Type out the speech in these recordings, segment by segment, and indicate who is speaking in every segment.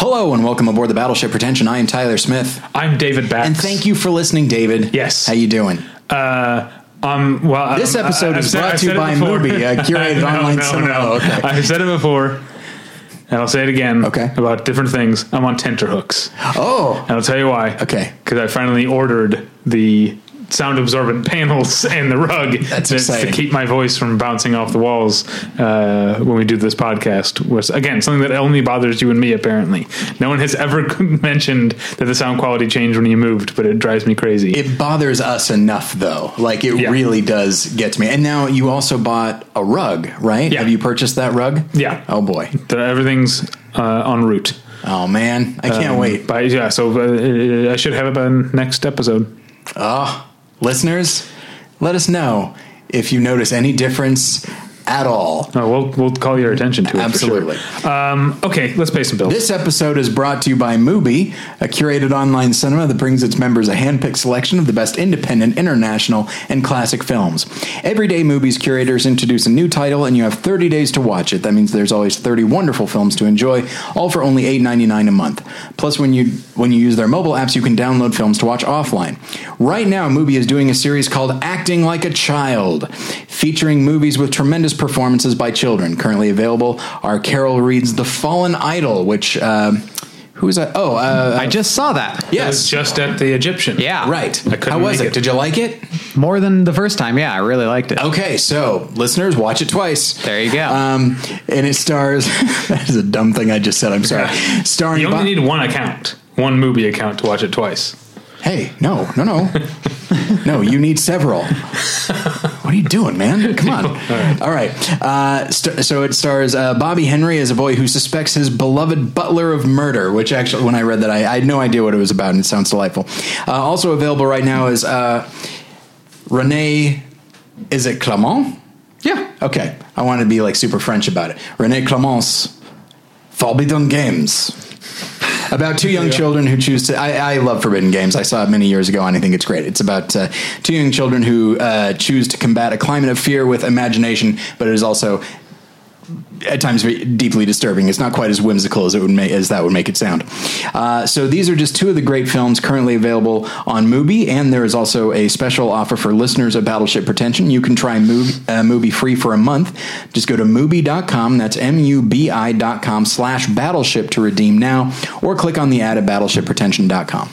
Speaker 1: Welcome aboard the Battleship Pretension. I am Tyler Smith,
Speaker 2: I'm David Bax.
Speaker 1: and thank you for listening, David.
Speaker 2: Yes.
Speaker 1: How you doing?
Speaker 2: Um, well, I
Speaker 1: This
Speaker 2: don't-
Speaker 1: episode
Speaker 2: I- I've
Speaker 1: is
Speaker 2: said-
Speaker 1: brought
Speaker 2: I've
Speaker 1: to you
Speaker 2: said it
Speaker 1: by
Speaker 2: before.
Speaker 1: Mubi, a curated
Speaker 2: No,
Speaker 1: online
Speaker 2: no,
Speaker 1: cinema.
Speaker 2: no.
Speaker 1: Oh, okay.
Speaker 2: I've said it before, and I'll say it again.
Speaker 1: Okay.
Speaker 2: About different things. I'm on tenterhooks,
Speaker 1: Oh,
Speaker 2: and I'll tell you why.
Speaker 1: Okay.
Speaker 2: Because I finally ordered the sound absorbent panels and the rug
Speaker 1: That's
Speaker 2: to,
Speaker 1: exciting.
Speaker 2: to keep my voice from bouncing off the walls uh, when we do this podcast was again something that only bothers you and me apparently no one has ever mentioned that the sound quality changed when you moved but it drives me crazy
Speaker 1: it bothers us enough though. Like it
Speaker 2: Yeah.
Speaker 1: really does get to me. And now you also bought a rug, right?
Speaker 2: Yeah.
Speaker 1: Have you purchased that rug?
Speaker 2: Yeah.
Speaker 1: Oh boy.
Speaker 2: that everything's uh, en route
Speaker 1: Oh man, I can't wait.
Speaker 2: But yeah, so uh, uh, I should have it by the next episode.
Speaker 1: Listeners, let us know if you notice any difference at all.
Speaker 2: No, Oh, we'll we'll call your attention to it. for
Speaker 1: Absolutely.
Speaker 2: sure. Um, okay, let's pay some bills.
Speaker 1: This episode is brought to you by Mubi, a curated online cinema that brings its members a handpicked selection of the best independent, international, and classic films. Every day, Mubi's curators introduce a new title, and you have 30 days to watch it. That means there's always 30 wonderful films to enjoy, all for only $8.99 a month. Plus, when you when you use their mobile apps, you can download films to watch offline. Right now, Mubi is doing a series called "Acting Like a Child," featuring movies with tremendous performances by children. Currently available are Carol Reed's "The Fallen Idol," which um, who is that? Oh, uh,
Speaker 3: I just saw that.
Speaker 2: It was
Speaker 1: yes,
Speaker 2: just at the Egyptian.
Speaker 3: Yeah.
Speaker 1: right.
Speaker 2: I couldn't
Speaker 1: How was
Speaker 2: make
Speaker 1: it?
Speaker 2: it.
Speaker 1: Did you like it?
Speaker 3: More than the first time. Yeah, I really liked it.
Speaker 1: Okay, so listeners, watch it twice.
Speaker 3: There you go.
Speaker 1: Um, and it stars. that is a dumb thing I just said. I'm sorry. Starring.
Speaker 2: You only
Speaker 1: Bo-
Speaker 2: need one account, one movie account to watch it twice.
Speaker 1: Hey, no, no, no. no, you need several. What are you doing, man? Come on. All right. Uh, st- so it stars uh, Bobby Henry as a boy who suspects his beloved butler of murder, which actually, when I read that, I, I had no idea what it was about, and it sounds delightful. Uh, also available right now is uh, Renee. Is it Clement?
Speaker 3: Yeah.
Speaker 1: Okay. I want to be like super French about it. Rene Clemence, Forbidden Games. About two young children who choose to. I, I love Forbidden Games. I saw it many years ago, and I think it's great. It's about uh, two young children who uh, choose to combat a climate of fear with imagination, but it is also at times very deeply disturbing. It's not quite as whimsical as it would make as that would make it sound. Uh, so these are just two of the great films currently available on Mubi, and there is also a special offer for listeners of Battleship Pretension. You can try Mubi, uh, Mubi free for a month. Just go to Mubi.com. That's M-U-B-I dot com slash Battleship to redeem now, or click on the ad at BattleshipPretension.com.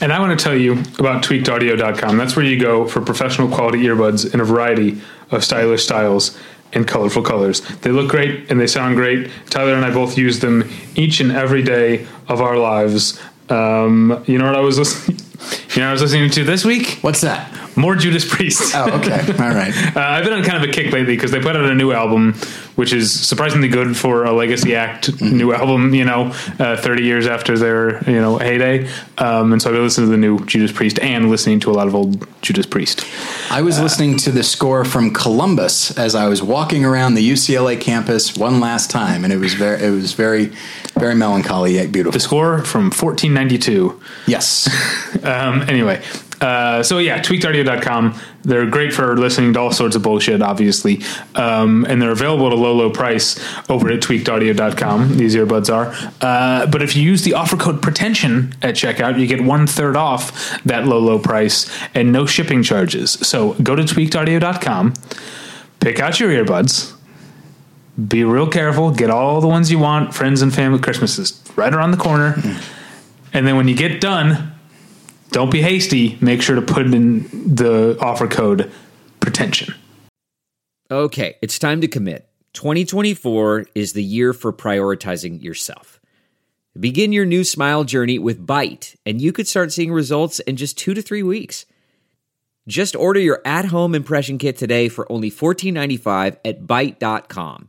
Speaker 2: And I want to tell you about tweakedaudio.com. That's where you go for professional quality earbuds in a variety of stylish styles and colorful colors. They look great and they sound great. Tyler and I both use them each and every day of our lives. Um, you know what I was listening You know what I was listening to this week?
Speaker 1: What's that?
Speaker 2: More Judas Priest.
Speaker 1: Oh, okay. All right.
Speaker 2: Uh, I've been on kind of a kick lately because they put out a new album, which is surprisingly good for a Legacy Act new album. You know, uh, thirty years after their you know heyday, um, and so I've been listening to the new Judas Priest and listening to a lot of old Judas Priest.
Speaker 1: I was listening to the score from Columbus as I was walking around the UCLA campus one last time, and it was very, it was very, very melancholy yet beautiful.
Speaker 2: The score from fourteen ninety two.
Speaker 1: Yes,
Speaker 2: um, anyway, uh, so yeah, tweakedaudio.com. They're great for listening to all sorts of bullshit, obviously. Um, and they're available at a low, low price over at tweakedaudio.com. These earbuds are. Uh, but if you use the offer code pretension at checkout, you get one third off that low, low price and no shipping charges. So go to tweakedaudio.com, pick out your earbuds. Be real careful. Get all the ones you want. Friends and family. Christmas is right around the corner. And then when you get done, don't be hasty. Make sure to put in the offer code pretension.
Speaker 4: Okay, it's time to commit. 2024 is the year for prioritizing yourself. Begin your new smile journey with Bite, and you could start seeing results in just two to three weeks. Just order your at home impression kit today for only $14.95 at Byte.com.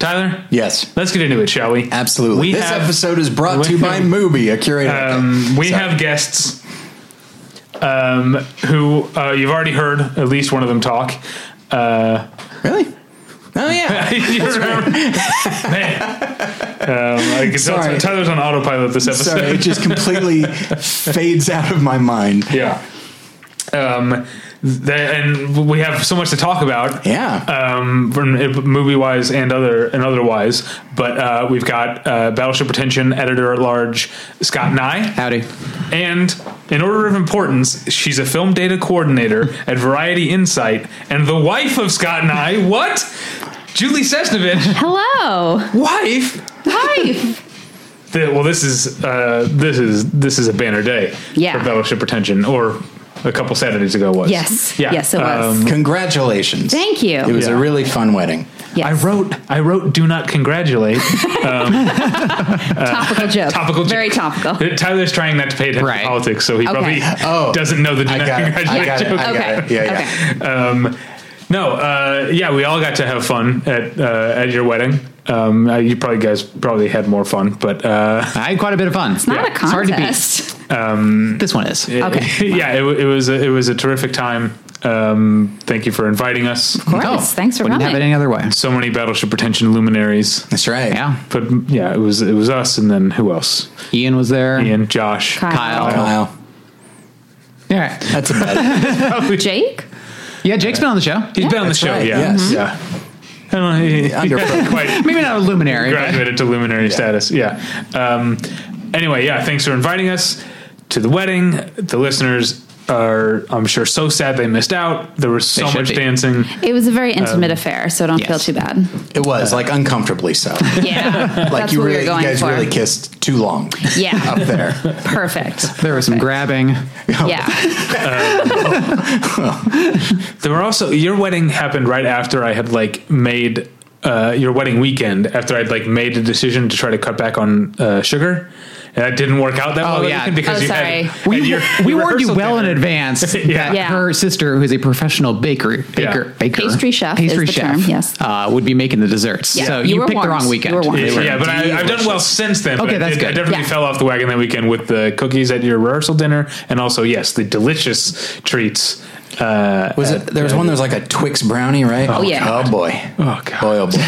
Speaker 2: Tyler,
Speaker 1: yes,
Speaker 2: let's get into it, shall we?
Speaker 1: absolutely.
Speaker 2: We
Speaker 1: this
Speaker 2: have-
Speaker 1: episode is brought to you by Mubi, a curator.
Speaker 2: Um, we
Speaker 1: Sorry.
Speaker 2: have guests. um, who uh, you've already heard at least one of them talk. Uh,
Speaker 1: Really? Oh yeah.
Speaker 2: you remember- Man. Um, I can tell
Speaker 1: Sorry.
Speaker 2: Tyler's on autopilot this episode.
Speaker 1: Sorry, it just completely fades out of my mind.
Speaker 2: Yeah. Um, th- and we have so much to talk about.
Speaker 1: Yeah.
Speaker 2: Um, movie wise and other and otherwise, but uh, we've got uh, Battleship Retention editor at large Scott Nye,
Speaker 3: Howdy.
Speaker 2: and in order of importance, she's a film data coordinator at Variety Insight and the wife of Scott Nye. What? Julie Sesnovich,
Speaker 5: Hello.
Speaker 1: Wife.
Speaker 5: Hi.
Speaker 2: The- well, this is uh, this is this is a banner day
Speaker 5: Yeah.
Speaker 2: for Battleship Retention, or a couple Saturdays ago was Um,
Speaker 5: Yes. Yes, it was.
Speaker 1: Um, Congratulations.
Speaker 5: Thank you.
Speaker 1: It was
Speaker 2: Yeah.
Speaker 1: a really fun wedding.
Speaker 5: Yes.
Speaker 2: I wrote I wrote do not congratulate.
Speaker 1: uh,
Speaker 5: topical joke.
Speaker 2: topical joke.
Speaker 5: Very topical.
Speaker 2: Tyler's trying not to pay attention
Speaker 3: Right.
Speaker 2: to politics, so he
Speaker 5: Okay.
Speaker 2: probably
Speaker 1: Oh.
Speaker 2: doesn't know the do
Speaker 1: I
Speaker 2: not
Speaker 1: got it. I
Speaker 2: congratulate
Speaker 1: got it.
Speaker 2: joke.
Speaker 1: I got it. Yeah, yeah.
Speaker 5: Okay.
Speaker 2: Um, no, uh, yeah, we all got to have fun at uh, at your wedding. Um, uh, you probably guys probably had more fun, but uh,
Speaker 3: I had quite a bit of fun. It's
Speaker 5: Not a
Speaker 3: hard to beat.
Speaker 5: contest.
Speaker 3: This one is.
Speaker 5: Okay.
Speaker 2: yeah, it, wa- it was a, it was a terrific time. Um, thank you for inviting us.
Speaker 5: Of course. Thanks for
Speaker 3: Oh. Wouldn't have it
Speaker 5: coming.
Speaker 3: any other way.
Speaker 2: So many battleship retention luminaries,
Speaker 1: That's right.
Speaker 3: Yeah.
Speaker 2: but yeah, it was it was us, and then who else?
Speaker 3: Ian was there.
Speaker 2: Ian, Josh,
Speaker 3: Kyle.
Speaker 1: Wow.
Speaker 3: Yeah.
Speaker 1: That's about it.
Speaker 5: Jake?
Speaker 3: Yeah, Jake's been on the show.
Speaker 2: He's been on the
Speaker 1: That's
Speaker 2: show,
Speaker 1: right,
Speaker 2: yeah.
Speaker 1: yes.
Speaker 2: Yeah. I don't know, he, he
Speaker 1: Under-
Speaker 2: hasn't quite
Speaker 3: Maybe not a luminary. But
Speaker 2: graduated to luminary status. Yeah. Um, anyway, yeah, thanks for inviting us to the wedding. The listeners are, I'm sure, so sad they missed out. There was so
Speaker 3: should
Speaker 2: much
Speaker 3: be.
Speaker 2: dancing.
Speaker 5: It was a very intimate affair, so don't feel
Speaker 3: yes.
Speaker 5: too bad.
Speaker 1: It was like uncomfortably so. Like
Speaker 5: Yeah. That's
Speaker 1: you
Speaker 5: what
Speaker 1: really,
Speaker 5: we were
Speaker 1: you
Speaker 5: going
Speaker 1: guys
Speaker 5: for.
Speaker 1: really kissed too long up
Speaker 5: yeah.
Speaker 1: there.
Speaker 5: Perfect.
Speaker 3: there was some grabbing.
Speaker 1: Oh.
Speaker 5: Yeah.
Speaker 2: There were also, your wedding happened right after I had like made. Uh, your wedding weekend after I'd like made a decision to try to cut back on uh, sugar, and that didn't work out that
Speaker 3: Oh,
Speaker 2: well. that
Speaker 3: yeah.
Speaker 2: weekend because
Speaker 5: Oh,
Speaker 2: you
Speaker 5: sorry.
Speaker 2: had
Speaker 3: We,
Speaker 2: and your-
Speaker 3: we
Speaker 2: your
Speaker 3: warned you
Speaker 2: rehearsal
Speaker 3: well in
Speaker 2: dinner-
Speaker 3: advance
Speaker 2: Yeah.
Speaker 3: that
Speaker 5: Yeah.
Speaker 3: her sister, who's a professional baker, baker,
Speaker 2: Yeah.
Speaker 3: baker,
Speaker 5: Pastry chef is
Speaker 3: pastry
Speaker 5: the
Speaker 3: chef,
Speaker 5: term, yes.
Speaker 3: uh, would be making the desserts.
Speaker 5: Yeah.
Speaker 3: So
Speaker 5: You
Speaker 3: you,
Speaker 5: were
Speaker 3: picked the
Speaker 5: warned.
Speaker 3: wrong weekend.
Speaker 5: You were warned.
Speaker 2: Yeah, yeah, but I, I've done well since then. but
Speaker 3: Okay,
Speaker 2: I
Speaker 3: that's
Speaker 2: did- I
Speaker 3: good.
Speaker 2: definitely
Speaker 5: Yeah.
Speaker 2: fell off the wagon that weekend with the cookies at your rehearsal dinner, and also yes, the delicious treats. Uh,
Speaker 1: Was it? There was one. There was like a Twix brownie, right? Oh
Speaker 5: yeah. God.
Speaker 1: Oh boy.
Speaker 2: Oh, God.
Speaker 1: Boy, oh boy.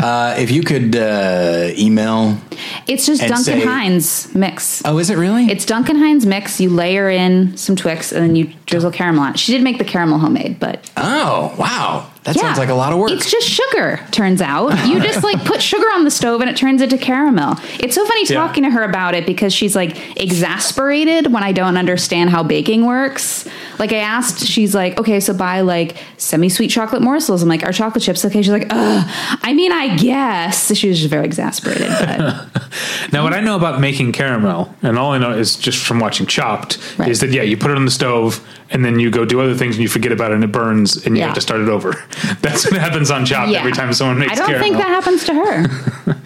Speaker 1: uh, if you could uh, email.
Speaker 5: It's just
Speaker 1: And
Speaker 5: Duncan
Speaker 1: say-
Speaker 5: Hines mix.
Speaker 1: Oh, is it really?
Speaker 5: It's Duncan Hines mix. You layer in some Twix and then you drizzle caramel on it. She did make the caramel homemade, but
Speaker 1: oh, wow. That sounds
Speaker 5: Yeah.
Speaker 1: like a lot of work.
Speaker 5: It's just sugar, turns out. You just like put sugar on the stove and it turns into caramel. It's so funny
Speaker 2: Yeah.
Speaker 5: talking to her about it because she's like exasperated when I don't understand how baking works. Like I asked, she's like, okay, so buy like semi-sweet chocolate morsels. I'm like, are chocolate chips okay? She's like, ugh. I mean, I guess. She was just very exasperated. But
Speaker 2: now, what I know about making caramel, and all I know is just from watching Chopped,
Speaker 5: Right.
Speaker 2: is that yeah, you put it on the stove, and then you go do other things, and you forget about it, and it burns, and you
Speaker 5: Yeah.
Speaker 2: have to start it over. That's what happens on Chopped
Speaker 5: yeah.
Speaker 2: every time someone makes
Speaker 5: I don't
Speaker 2: caramel.
Speaker 5: think that happens to her.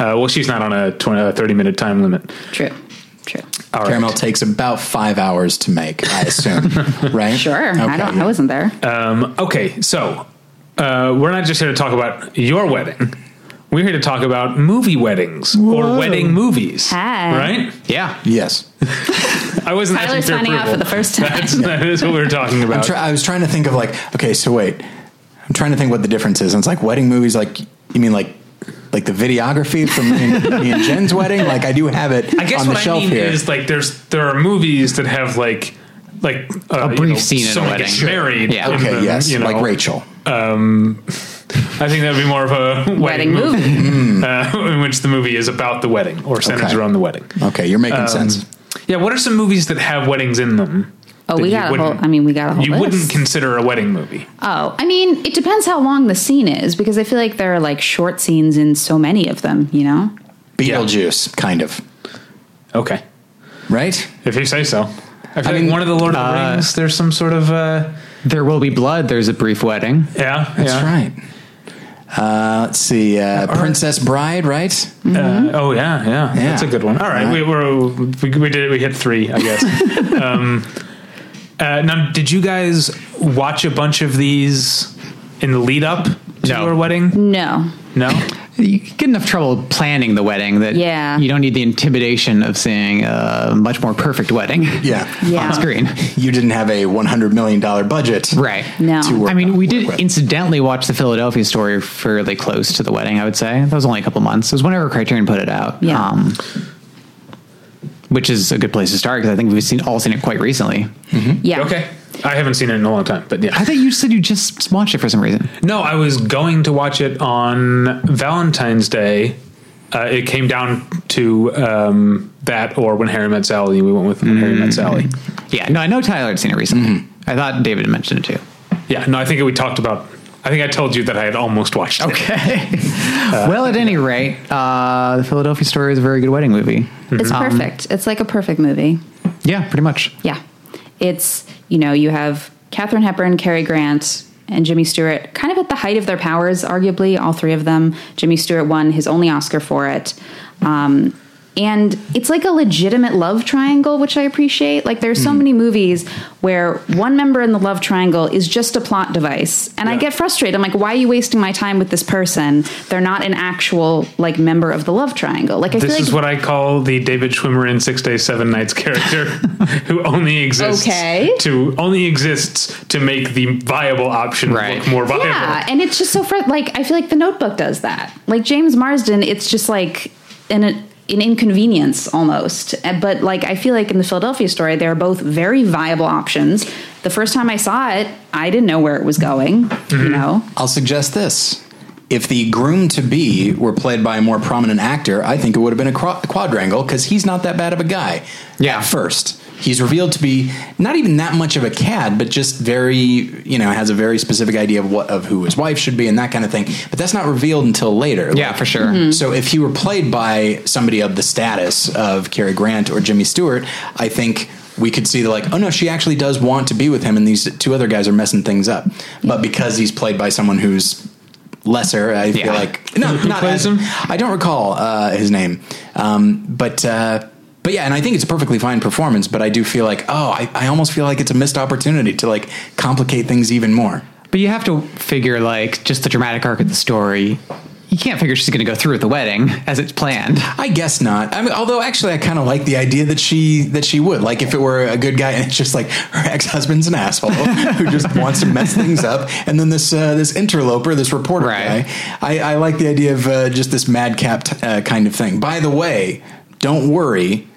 Speaker 2: uh, well, she's not on a 20, uh, thirty-minute time limit.
Speaker 5: True. True.
Speaker 2: All right.
Speaker 1: Caramel takes about five hours to make, I assume. right?
Speaker 5: Sure.
Speaker 1: Okay,
Speaker 5: I don't
Speaker 1: yeah.
Speaker 5: I wasn't there.
Speaker 2: Um, okay, so uh, we're not just here to talk about your wedding. We're here to talk about movie weddings or wedding movies,
Speaker 5: Hi.
Speaker 2: right?
Speaker 3: Yeah.
Speaker 1: Yes.
Speaker 2: I wasn't
Speaker 5: Tyler's
Speaker 2: asking for
Speaker 5: signing out
Speaker 2: approval.
Speaker 5: for the first time.
Speaker 2: That's, that is what we were talking
Speaker 1: I'm
Speaker 2: about.
Speaker 1: try- I was trying to think of like, okay, so wait, I'm trying to think what the difference is. And it's like wedding movies, like you mean like like the videography from me and, me and Jen's wedding. Like I do have it
Speaker 2: I guess
Speaker 1: on the
Speaker 2: what I
Speaker 1: shelf
Speaker 2: mean
Speaker 1: here.
Speaker 2: is like there's there are movies that have like like uh,
Speaker 3: A
Speaker 2: you
Speaker 3: brief
Speaker 2: know,
Speaker 3: scene at a
Speaker 2: someone
Speaker 3: wedding.
Speaker 2: gets married.
Speaker 3: Yeah.
Speaker 2: in
Speaker 1: okay,
Speaker 2: the,
Speaker 1: yes,
Speaker 2: you know,
Speaker 1: like Rachel.
Speaker 2: I think that would be more of a wedding,
Speaker 5: Wedding
Speaker 2: movie,
Speaker 5: movie.
Speaker 2: uh, in which the movie is about the wedding or centers
Speaker 1: Okay.
Speaker 2: around the wedding.
Speaker 1: Okay, you're making sense.
Speaker 2: Yeah, what are some movies that have weddings in them?
Speaker 5: Oh,
Speaker 2: that
Speaker 5: we
Speaker 2: you
Speaker 5: got a whole.
Speaker 2: wouldn't-
Speaker 5: I mean, we got a whole.
Speaker 2: you
Speaker 5: list.
Speaker 2: wouldn't consider a wedding movie.
Speaker 5: Oh, I mean, it depends how long the scene is because I feel like there are like short scenes in so many of them. You know?
Speaker 1: Beetlejuice, kind of,
Speaker 2: Okay,
Speaker 1: right?
Speaker 2: if you say so. I feel
Speaker 1: I
Speaker 2: like
Speaker 1: mean,
Speaker 2: one of the Lord of the Rings. There's some sort of uh,
Speaker 3: There will be blood. There's a brief wedding.
Speaker 2: yeah,
Speaker 1: That's right. Uh, let's see, uh, Princess Bride, right?
Speaker 2: Uh, oh yeah, yeah, that's a good one. All right, we were we, we did we hit three, I guess. um, uh, now, did you guys watch a bunch of these in the lead up to
Speaker 3: No.
Speaker 2: your wedding?
Speaker 5: No.
Speaker 2: No,
Speaker 3: you get enough trouble planning the wedding that
Speaker 5: Yeah.
Speaker 3: you don't need the intimidation of seeing a much more perfect wedding
Speaker 1: Yeah.
Speaker 5: Yeah.
Speaker 3: on screen.
Speaker 1: You didn't have a $100 million budget.
Speaker 3: Right.
Speaker 5: No.
Speaker 1: To work
Speaker 3: I mean,
Speaker 1: on-
Speaker 3: we
Speaker 1: work
Speaker 3: did
Speaker 1: with.
Speaker 3: incidentally watch the Philadelphia story fairly close to the wedding, I would say. That was only a couple months. It was whenever Criterion put it out. Um,
Speaker 5: Yeah.
Speaker 3: which is a good place to start because I think we've seen all seen it quite recently.
Speaker 5: Yeah.
Speaker 2: Okay. I haven't seen it in a long time, but
Speaker 3: I
Speaker 2: yeah.
Speaker 3: thought you said you just watched it for some reason.
Speaker 2: No, I was going to watch it on Valentine's Day. Uh, it came down to um, that or When Harry Met Sally. We went with When Harry Met Sally.
Speaker 3: Yeah, no, I know Tyler had seen it recently. I thought David had mentioned it too.
Speaker 2: Yeah. No, I think we talked about. I think I told you that I had almost watched it.
Speaker 3: Okay. well, at any rate, uh, the Philadelphia Story is a very good wedding movie.
Speaker 5: It's
Speaker 3: Um,
Speaker 5: perfect. It's like a perfect movie.
Speaker 3: Yeah, pretty much.
Speaker 5: Yeah. It's, you know, you have Katherine Hepburn, Cary Grant, and Jimmy Stewart kind of at the height of their powers, arguably, all three of them. Jimmy Stewart won his only Oscar for it. Um, and it's like a legitimate love triangle, which I appreciate. Like, there's
Speaker 2: Mm-hmm.
Speaker 5: so many movies where one member in the love triangle is just a plot device. And I get frustrated. I'm like, why are you wasting my time with this person? They're not an actual, like, member of the love triangle. Like, I feel
Speaker 2: This
Speaker 5: like.
Speaker 2: is what I call the David Schwimmer in Six Days, Seven Nights character, who only exists
Speaker 5: Okay.
Speaker 2: to only exists to make the viable option
Speaker 3: Right.
Speaker 2: look more viable.
Speaker 5: Yeah, and it's just so fr- like I feel like The Notebook does that. Like James Marsden, it's just like an an inconvenience almost. Uh, But like I feel like in the Philadelphia story, they are both very viable options. The first time I saw it, I didn't know where it was going. You
Speaker 3: Mm-hmm.
Speaker 5: know,
Speaker 1: I'll suggest this. If the groom to be were played by a more prominent actor, I think it would have been a cro- quadrangle because he's not that bad of a guy.
Speaker 3: Yeah.
Speaker 1: At first, he's revealed to be not even that much of a cad, but just very, you know, has a very specific idea of what of who his wife should be and that kind of thing. But that's not revealed until later.
Speaker 3: Yeah,
Speaker 1: Like,
Speaker 3: for sure.
Speaker 2: Mm-hmm.
Speaker 5: Mm-hmm.
Speaker 1: so if he were played by somebody of the status of Cary Grant or Jimmy Stewart, I think we could see the like, oh no, she actually does want to be with him, and these two other guys are messing things up. But because he's played by someone who's lesser, I
Speaker 3: Yeah.
Speaker 1: feel like no,
Speaker 2: Who
Speaker 1: not
Speaker 2: plays
Speaker 1: as-
Speaker 2: him?
Speaker 1: I don't recall uh, his name, um, but. Uh, but yeah, and I think it's a perfectly fine performance, but I do feel like, oh, I, I almost feel like it's a missed opportunity to like complicate things even more.
Speaker 3: But you have to figure, like, just the dramatic arc of the story. You can't figure she's going to go through with the wedding as it's planned.
Speaker 1: I guess not. I mean, although actually, I kind of like the idea that she that she would like if it were a good guy and it's just like her ex husband's an asshole who just wants to mess things up, and then this uh, this interloper, this reporter
Speaker 3: Right.
Speaker 1: guy. I, I like the idea of uh, just this madcap t- uh, kind of thing. By the way, don't worry.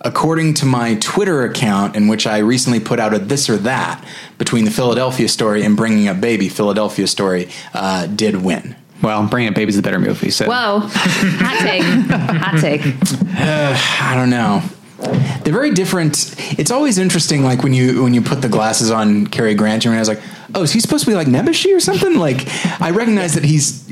Speaker 1: According to my Twitter account, in which I recently put out a this or that between the Philadelphia story and bringing up baby, Philadelphia story uh, did win.
Speaker 3: Well, Bringing Up Baby's the better movie. So
Speaker 5: whoa, hot take, hot take.
Speaker 1: I don't know. They're very different. It's always interesting, like when you when you put the glasses on Cary Grant, and I was like, "Oh, is he supposed to be like Nebuchadnezzar or something?" Like, I recognize that he's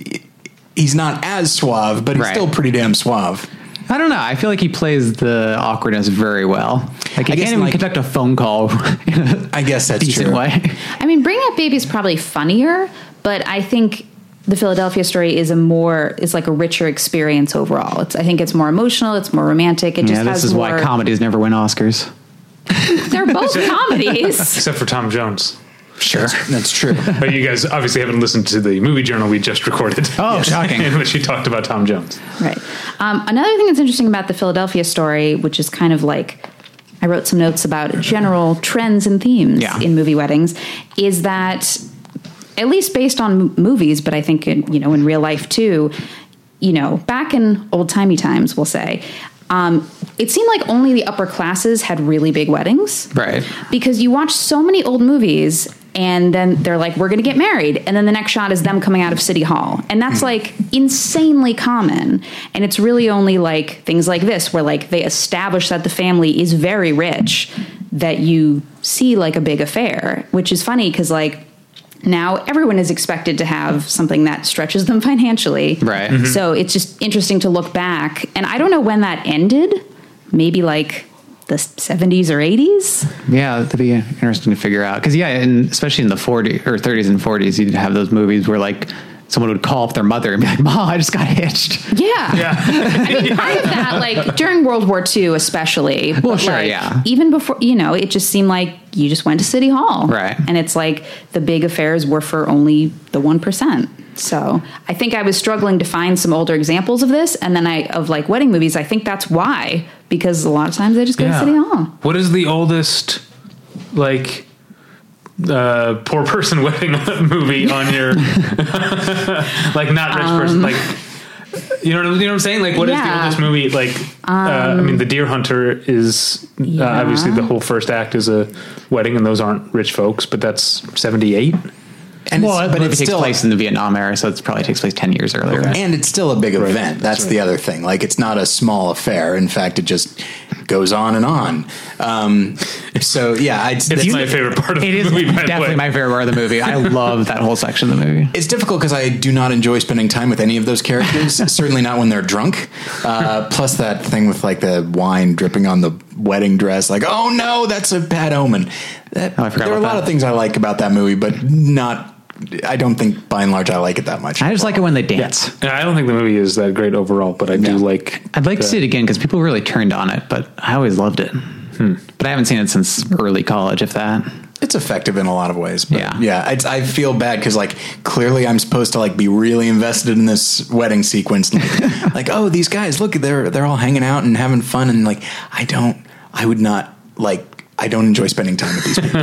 Speaker 1: he's not as suave, but he's
Speaker 3: Right.
Speaker 1: still pretty damn suave.
Speaker 3: I don't know. I feel like he plays the awkwardness very well. Like he
Speaker 1: I guess,
Speaker 3: can't even
Speaker 1: like-
Speaker 3: conduct a phone call in a
Speaker 1: I guess that's
Speaker 3: decent
Speaker 1: true.
Speaker 3: way.
Speaker 5: I mean, Bring Up Baby is probably funnier, but I think the Philadelphia story is a more is like a richer experience overall. It's I think it's more emotional, it's more romantic. It just
Speaker 3: Yeah,
Speaker 5: has
Speaker 3: this is
Speaker 5: more.
Speaker 3: why comedies never win Oscars.
Speaker 5: They're both comedies.
Speaker 2: Except for Tom Jones.
Speaker 1: Sure, that's true.
Speaker 2: But you guys obviously haven't listened to the movie journal we just recorded.
Speaker 3: Oh, shocking.
Speaker 2: in which you talked about Tom Jones.
Speaker 5: Right. Um, another thing that's interesting about the Philadelphia story, which is kind of like I wrote some notes about general trends and themes
Speaker 3: Yeah.
Speaker 5: in movie weddings, is that at least based on m- movies, but I think in, you know in real life too. You know, back in old timey times, we'll say, um, it seemed like only the upper classes had really big weddings,
Speaker 3: Right.
Speaker 5: Because you watch so many old movies. And then they're like, we're going to get married. And then the next shot is them coming out of City Hall. And that's like insanely common. And it's really only like things like this, where like they establish that the family is very rich, that you see like a big affair, which is funny because like now everyone is expected to have something that stretches them financially.
Speaker 3: Right. Mhm.
Speaker 5: So it's just interesting to look back. And I don't know when that ended, maybe like the 70s or 80s.
Speaker 3: Yeah, that'd be interesting to figure out. Because yeah, and especially in the 40s or 30s and 40s, you'd have those movies where like someone would call up their mother and be like, "Ma, I just got hitched."
Speaker 5: Yeah.
Speaker 2: Yeah.
Speaker 5: I mean, part of that, like during World War II, especially. Well,
Speaker 3: sure, yeah.
Speaker 5: Even before, you know, it just seemed like you just went to City Hall.
Speaker 3: Right.
Speaker 5: And it's like the big affairs were for only the 1%. So I think I was struggling to find some older examples of this, and then I of like wedding movies. I think that's why because a lot of times I just go to City Hall.
Speaker 2: What is the oldest, like, uh, poor person wedding movie on your, like, not rich
Speaker 3: Um.
Speaker 2: person, like, you know, what- you know what I'm saying? Like, what is
Speaker 5: Yeah.
Speaker 2: the oldest movie? Like, uh, I mean,
Speaker 3: Um.
Speaker 2: The Deer Hunter is uh, obviously the whole first act is a wedding, and those aren't rich folks, but that's 78.
Speaker 1: And
Speaker 3: well,
Speaker 1: it's,
Speaker 3: but
Speaker 1: but
Speaker 3: it
Speaker 1: it's
Speaker 3: takes
Speaker 1: still
Speaker 3: place in the Vietnam era, so it probably takes place ten years earlier.
Speaker 1: and it's still a big event. That's, the other thing. Like it's not a small affair. In fact, it just goes on and on. Um, so yeah, I'd,
Speaker 2: It's
Speaker 1: that's-
Speaker 2: my favorite part of
Speaker 3: It
Speaker 2: the
Speaker 3: is
Speaker 2: movie. by the
Speaker 3: definitely
Speaker 2: way.
Speaker 3: my favorite part of the movie. I love that whole section of the movie.
Speaker 1: It's difficult because I do not enjoy spending time with any of those characters. certainly not when they're drunk. Uh, plus that thing with like the wine dripping on the wedding dress. Like, oh no, that's a bad omen. That,
Speaker 3: Oh, I forgot
Speaker 1: there are a
Speaker 3: about
Speaker 1: lot
Speaker 3: that.
Speaker 1: of things I like about that movie, but not. I don't think by and large I like it that much.
Speaker 3: I just like it when they dance.
Speaker 2: And I don't think the movie is that great overall, but I do
Speaker 1: No.
Speaker 2: like.
Speaker 3: I'd like to see it again because people really turned on it, but I always loved it. But I haven't seen it since early college, if that.
Speaker 1: it's effective in a lot of ways. But
Speaker 3: Yeah.
Speaker 1: yeah, it's, I feel bad because like clearly I'm supposed to like be really invested in this wedding sequence. Like, like, oh, these guys, look, they're they're all hanging out and having fun, and like I don't, I would not like. I don't enjoy spending time with these people,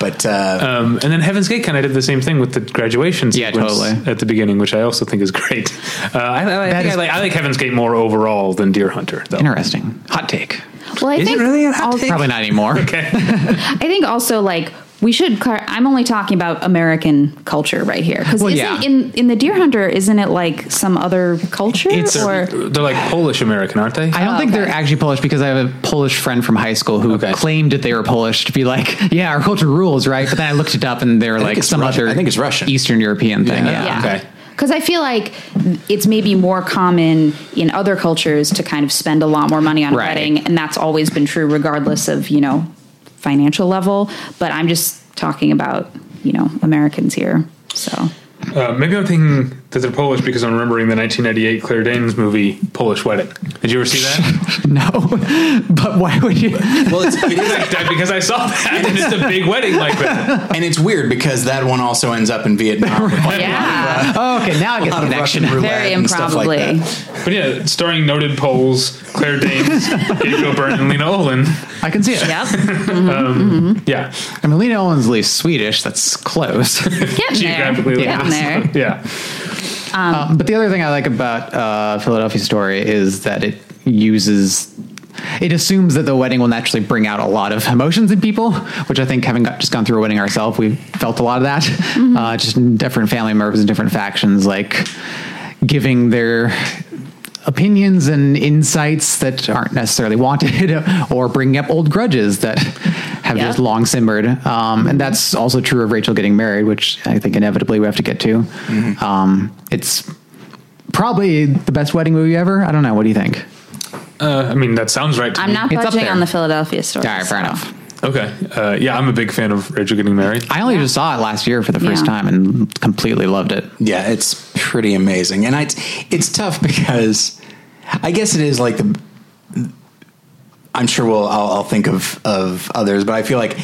Speaker 1: but uh,
Speaker 2: Um, and then Heaven's Gate kind of did the same thing with the graduation
Speaker 3: Yeah,
Speaker 2: sequence
Speaker 3: totally.
Speaker 2: at the beginning, which I also think is great. Uh, I, I, I, think
Speaker 3: is-
Speaker 2: I, like, I like Heaven's Gate more overall than Deer Hunter, though.
Speaker 3: Interesting. Hot take.
Speaker 5: Well, I
Speaker 2: Is it
Speaker 5: think
Speaker 2: really a hot
Speaker 5: al-
Speaker 2: take?
Speaker 3: Probably not anymore.
Speaker 5: I think also like we should. Clar- I'm only talking about American culture right here because
Speaker 3: Well,
Speaker 5: isn't
Speaker 3: yeah.
Speaker 5: in in the Deer Hunter, isn't it like some other culture
Speaker 3: It's-
Speaker 5: or?
Speaker 2: They're, they're like Polish American, aren't they?
Speaker 3: I don't think they're actually Polish because I have a Polish friend from high school who
Speaker 2: Okay.
Speaker 3: claimed that they were Polish to be like, yeah, our culture rules, right? But then I looked it up and they were like
Speaker 1: it's
Speaker 3: some
Speaker 1: Russian.
Speaker 3: other
Speaker 1: I think it's Russian.
Speaker 3: Eastern European thing. Yeah.
Speaker 5: Yeah.
Speaker 1: Okay.
Speaker 5: Because I feel like it's maybe more common in other cultures to kind of spend a lot more money on a
Speaker 3: Right.
Speaker 5: wedding, and that's always been true, regardless of you know financial level. But I'm just talking about you know Americans here. So
Speaker 2: Uh, maybe I'm thinking that they're Polish because I'm remembering the 1998 Claire Danes movie Polish Wedding. Did you ever see that?
Speaker 3: No. but why would you?
Speaker 1: well, it's, it is,
Speaker 2: That- because I saw that, and it's a big wedding like that.
Speaker 1: and it's weird because that one also ends up in Vietnam. with, like,
Speaker 5: yeah,
Speaker 3: Oh, okay. Now I
Speaker 1: a
Speaker 3: get
Speaker 1: lot
Speaker 3: the
Speaker 1: of
Speaker 3: connection.
Speaker 1: Russian roulette
Speaker 5: very
Speaker 1: and stuff like
Speaker 5: improbably.
Speaker 1: that.
Speaker 2: But yeah, starring noted Poles, Claire Danes, Gabriel Byrne, and Lena Olin.
Speaker 3: I can see it.
Speaker 5: yep,
Speaker 2: Yeah,
Speaker 3: I mean, Lena Olin's at least Swedish. That's close.
Speaker 5: getting there,
Speaker 2: geographically. like
Speaker 5: getting
Speaker 2: this.
Speaker 5: there.
Speaker 2: Yeah.
Speaker 3: Um, but the other thing I like about uh, Philadelphia Story is that it uses. It assumes that the wedding will naturally bring out a lot of emotions in people, which I think having got, just gone through a wedding ourselves, we felt a lot of that. Uh, just in different family members and different factions, like giving their opinions and insights that aren't necessarily wanted, or bringing up old grudges that have
Speaker 5: Yeah.
Speaker 3: just long simmered. Um, and that's also true of Rachel getting married, which I think inevitably we have to get to. Um, it's probably the best wedding movie ever. I don't know. What do you think?
Speaker 2: Uh, I mean, that sounds right to
Speaker 5: I'm
Speaker 2: me.
Speaker 5: not
Speaker 3: It's up
Speaker 5: budging
Speaker 3: there.
Speaker 5: on the Philadelphia story.
Speaker 3: All right, fair
Speaker 5: so.
Speaker 3: enough.
Speaker 2: Okay. Uh, yeah, I'm a big fan of Rachel getting married.
Speaker 3: I only just saw it last year for the first
Speaker 5: Yeah.
Speaker 3: time and completely loved it.
Speaker 1: Yeah, it's pretty amazing, and I, it's tough because I guess it is like the. I'm sure we'll I'll, I'll think of of others, but I feel like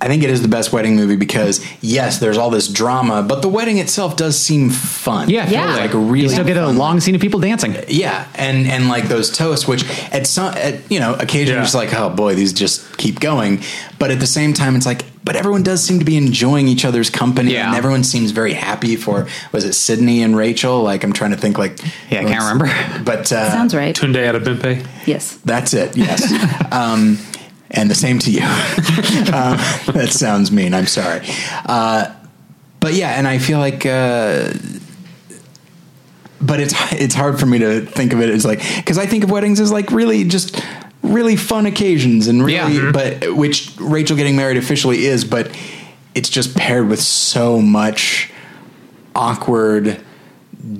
Speaker 1: I think it is the best wedding movie because yes, there's all this drama, but the wedding itself does seem fun.
Speaker 3: Yeah,
Speaker 5: Yeah.
Speaker 3: totally.
Speaker 1: Like a really
Speaker 3: you still get a
Speaker 1: fun-
Speaker 3: long scene of people dancing.
Speaker 1: yeah, and and like those toasts, which at some at, you know occasionally
Speaker 2: Yeah.
Speaker 1: you're just like oh boy these just keep going, but at the same time it's like but everyone does seem to be enjoying each other's company
Speaker 3: Yeah.
Speaker 1: and everyone seems very happy for was it Sydney and Rachel like I'm trying to think like
Speaker 3: Yeah, I can't remember.
Speaker 1: but uh,
Speaker 5: Sounds right.
Speaker 2: Tunde Adebimpe.
Speaker 5: Yes.
Speaker 1: that's it yes um, and the same to you um, that sounds mean I'm sorry uh, but yeah and I feel like. Uh, but it's it's hard for me to think of it as like because I think of weddings as like really just really fun occasions and really
Speaker 3: Yeah. Mhm.
Speaker 1: but which Rachel getting married officially is, but it's just paired with so much awkward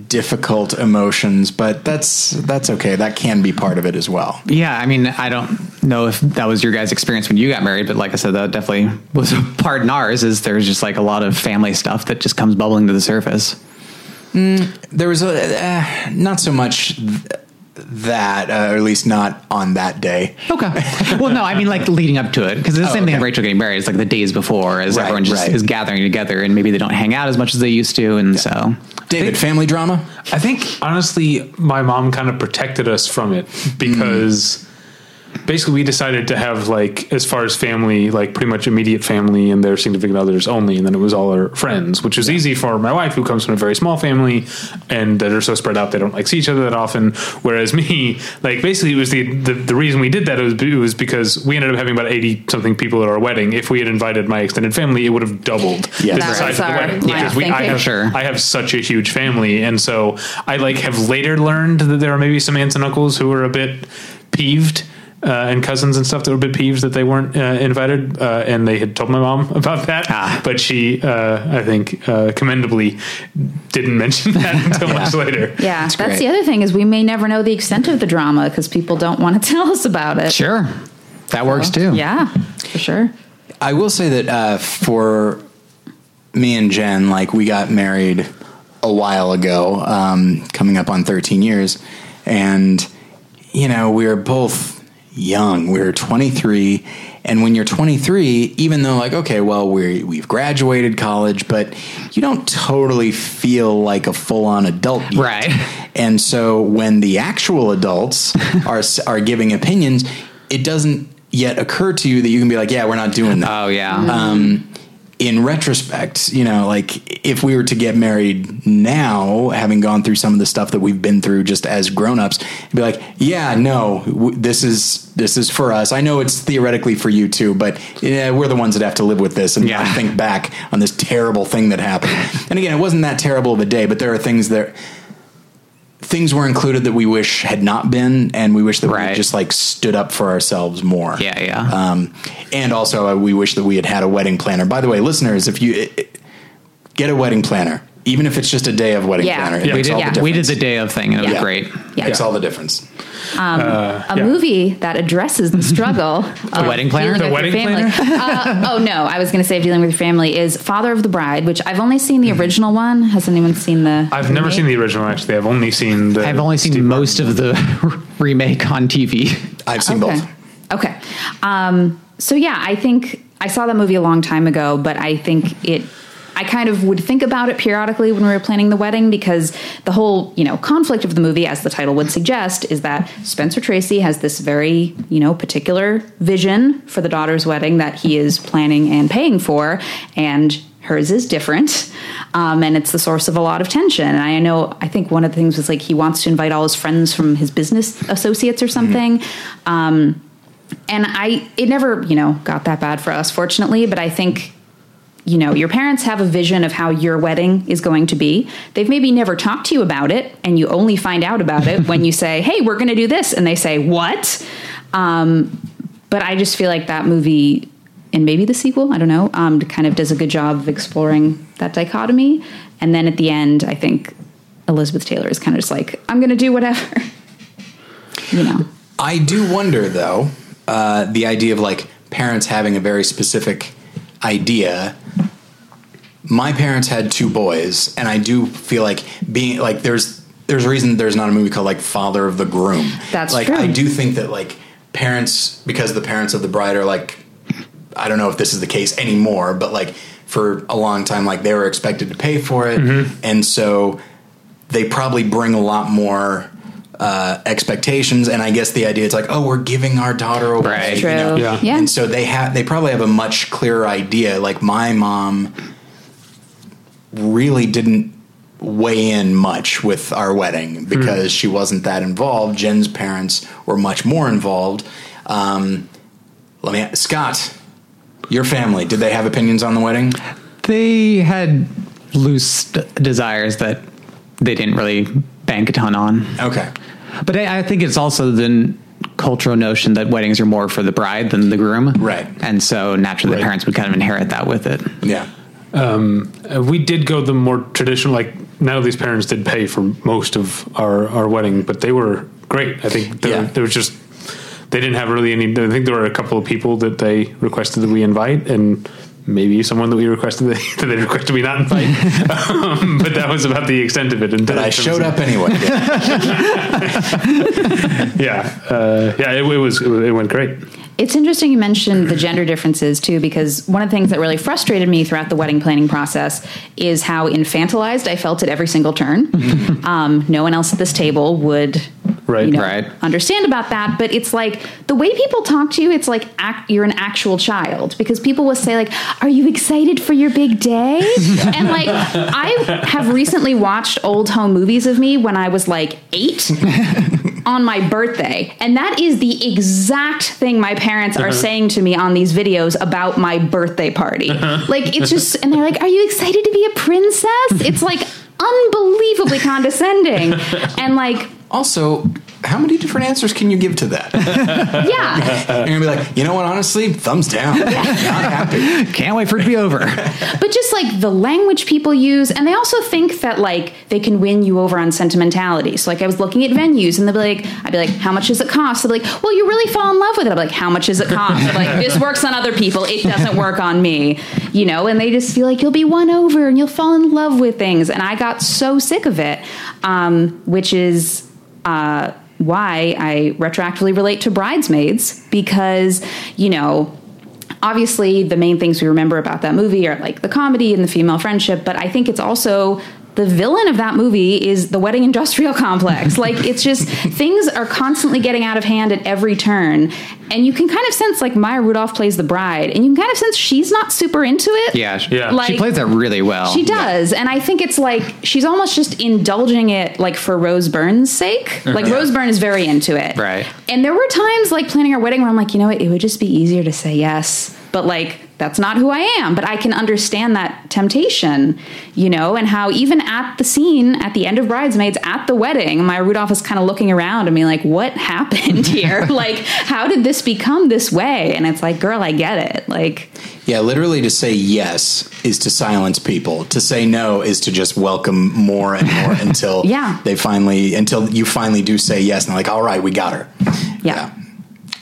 Speaker 1: difficult emotions but that's that's okay that can be part of it as well
Speaker 3: Yeah, I mean, I don't know if that was your guys' experience when you got married, but like I said, that definitely was a part in ours. Is there's just like a lot of family stuff that just comes bubbling to the surface.
Speaker 1: there was a uh, not so much th- that uh, or at least not on that day
Speaker 3: Okay. well, no, I mean like leading up to it because it's the
Speaker 1: Oh,
Speaker 3: same thing
Speaker 1: okay.
Speaker 3: with Rachel getting married. It's like the days before, as
Speaker 1: Right,
Speaker 3: everyone just
Speaker 1: right.
Speaker 3: is gathering together, and maybe they don't hang out as much as they used to, and so
Speaker 1: David, family drama?
Speaker 2: I think honestly, my mom kind of protected us from it because basically we decided to have like as far as family, like pretty much immediate family and their significant others only, and then it was all our friends, which was easy for my wife who comes from a very small family and that are so spread out they don't like see each other that often. Whereas me, like basically it was the the, the reason we did that was it was because we ended up having about eighty something people at our wedding. If we had invited my extended family, it would have doubled
Speaker 1: Yes.
Speaker 2: the
Speaker 1: That
Speaker 2: size
Speaker 5: was
Speaker 2: of the
Speaker 5: our
Speaker 2: wedding
Speaker 5: line of
Speaker 2: because we I
Speaker 5: thinking.
Speaker 2: have
Speaker 3: Sure.
Speaker 2: I have such a huge family, and so I like have later learned that there are maybe some aunts and uncles who were a bit peeved. Uh, and cousins and stuff that were a bit peeved that they weren't uh, invited, uh, and they had told my mom about that. But she, uh, I think, uh, commendably didn't mention that until much later.
Speaker 5: Yeah, that's,
Speaker 1: great.
Speaker 5: the other thing is we may never know the extent of the drama because people don't want to tell us about it.
Speaker 3: Sure. That works too.
Speaker 5: Yeah, for sure.
Speaker 1: I will say that uh, for me and Jen, like we got married a while ago, um, coming up on 13 years, and you know we were both young. We were 23, and when you're 23, even though like okay, well we we've graduated college, but you don't totally feel like a full on adult, yet.
Speaker 3: Right.
Speaker 1: And so when the actual adults are are giving opinions, it doesn't yet occur to you that you can be like, yeah, we're not doing that
Speaker 3: Oh yeah.
Speaker 1: um, in retrospect, you know, like if we were to get married now, having gone through some of the stuff that we've been through just as grown-ups, be like, yeah, no, w- this is this is for us. I know it's theoretically for you too, but yeah, we're the ones that have to live with this and
Speaker 3: Yeah.
Speaker 1: think back on this terrible thing that happened. and again, it wasn't that terrible of a day, but there are things that things were included that we wish had not been, and we wish that we
Speaker 3: Right.
Speaker 1: just like stood up for ourselves more.
Speaker 3: Yeah, yeah.
Speaker 1: Um, and also, uh, we wish that we had had a wedding planner. By the way, listeners, if you i i- get a wedding planner, even if it's just a day of wedding
Speaker 5: Yeah.
Speaker 1: planner, it
Speaker 5: Yeah.
Speaker 1: makes
Speaker 3: we did.
Speaker 1: all the
Speaker 3: We did
Speaker 1: difference.
Speaker 3: the day of thing, and it
Speaker 1: Yeah.
Speaker 3: was great.
Speaker 5: Yeah.
Speaker 1: Makes all the difference.
Speaker 5: a movie that addresses the struggle. The
Speaker 3: wedding planner?
Speaker 2: The wedding
Speaker 5: planner. uh, oh no, I was going to say dealing with your family is Father of the Bride, which I've only seen the original one. Has anyone seen the?
Speaker 2: Mm-hmm. I've never seen the original. Actually, I've only seen the.
Speaker 3: I've only seen most of the remake on TV.
Speaker 1: I've seen
Speaker 5: okay.
Speaker 1: both.
Speaker 5: Okay. Um, so yeah, I think I saw that movie a long time ago, but I think it. I kind of would think about it periodically when we were planning the wedding because the whole, you know, conflict of the movie, as the title would suggest, is that Spencer Tracy has this very, you know, particular vision for the daughter's wedding that he is planning and paying for, and hers is different, um, and it's the source of a lot of tension. And I know, I think one of the things was like he wants to invite all his friends from his business associates or something and I it never you know got that bad for us fortunately but I think you know your parents have a vision of how your wedding is going to be they've maybe never talked to you about it and you only find out about it when you say hey we're going to do this and they say what um, but I just feel like that movie and maybe the sequel I don't know um, kind of does a good job of exploring that dichotomy and then at the end I think Elizabeth Taylor is kind of just like I'm going to do whatever you know
Speaker 1: I do wonder, though, uh, the idea of like parents having a very specific idea. My parents had two boys, and I do feel like being like there's there's a reason there's not a movie called like Father of the Groom.
Speaker 5: That's
Speaker 1: like
Speaker 5: true.
Speaker 1: I do think that like parents because the parents of the bride are like I don't know if this is the case anymore, but like for a long time, like they were expected to pay for it, and so they probably bring a lot more uh, expectations. And I guess the idea it's like, oh, we're giving our daughter away,
Speaker 3: Right.
Speaker 5: True.
Speaker 2: Yeah.
Speaker 5: Yeah.
Speaker 1: And so they have they probably have a much clearer idea. Like my mom really didn't weigh in much with our wedding because she wasn't that involved. Jen's parents were much more involved. Um, let me ask, Scott, your family did they have opinions on the wedding?
Speaker 3: They had loose d- desires that they didn't really bank a ton on.
Speaker 1: Okay,
Speaker 3: But I, I think it's also the n- cultural notion that weddings are more for the bride than the groom.
Speaker 1: Right.
Speaker 3: And so naturally
Speaker 1: Right.
Speaker 3: the parents would kind of inherit that with it.
Speaker 1: yeah,
Speaker 2: Uh, we did go the more traditional. Like Natalie's parents did pay for most of our our wedding, but they were great. I think there,
Speaker 1: Yeah.
Speaker 2: there was just they didn't have really any. I think there were a couple of people that they requested that we invite, and maybe someone that we requested that, that they requested we not invite. um, but that was about the extent of it. And
Speaker 1: but I showed up anyway.
Speaker 2: Yeah, uh, yeah. It, it was it, was- it went great.
Speaker 5: It's interesting you mentioned the gender differences too, because one of the things that really frustrated me throughout the wedding planning process is how infantilized I felt at every single turn. um, no one else at this table would
Speaker 2: Right.
Speaker 5: you know,
Speaker 3: Right.
Speaker 5: understand about that, but it's like the way people talk to you, it's like act, you're an actual child because people will say like, "Are you excited for your big day?" and like I have recently watched old home movies of me when I was like 8 on my birthday, and that is the exact thing my parents are saying to me on these videos about my birthday party. Like it's just and they're like, "Are you excited to be a princess?" It's like unbelievably condescending and like
Speaker 1: Also, how many different answers can you give to that?
Speaker 5: yeah
Speaker 1: You're gonna be like, you know what? Honestly, thumbs down. Not happy.
Speaker 3: Can't wait for it to be over.
Speaker 5: but just like the language people use and they also think that like they can win you over on sentimentality so like i was looking at venues and they'll be like i'd be like how much does it cost they'll be like well you really fall in love with it i'm like how much does it cost They're like this works on other people it doesn't work on me you know and they just feel like you'll be won over and you'll fall in love with things and i got so sick of it um, which is uh, why i retroactively relate to bridesmaids because you know obviously the main things we remember about that movie are like the comedy and the female friendship but i think it's also the villain of that movie is the wedding industrial complex like it's just things are constantly getting out of hand at every turn and you can kind of sense like maya rudolph plays the bride and you can kind of sense she's not super into it
Speaker 3: Yeah, she-
Speaker 2: Yeah.
Speaker 3: she plays that really well.
Speaker 5: she does, and I think it's like she's almost just indulging it, like for Rose Byrne's sake. Like Rose Byrne is very into it,
Speaker 3: Right.
Speaker 5: And there were times, like planning our wedding, where I'm like, you know what, it would just be easier to say yes, but like that's not who I am. But I can understand that temptation, you know, and how even at the scene at the end of Bridesmaids at the wedding, my Rudolph is kind of looking around and being like, what happened here? like, how did this become this way? And it's like, girl, I get it. Like,
Speaker 1: Yeah, literally to say yes is to silence people. To say no is to just welcome more and more until
Speaker 5: Yeah.
Speaker 1: they finally until you finally do say yes and they're like, all right, we got her.
Speaker 5: Yeah.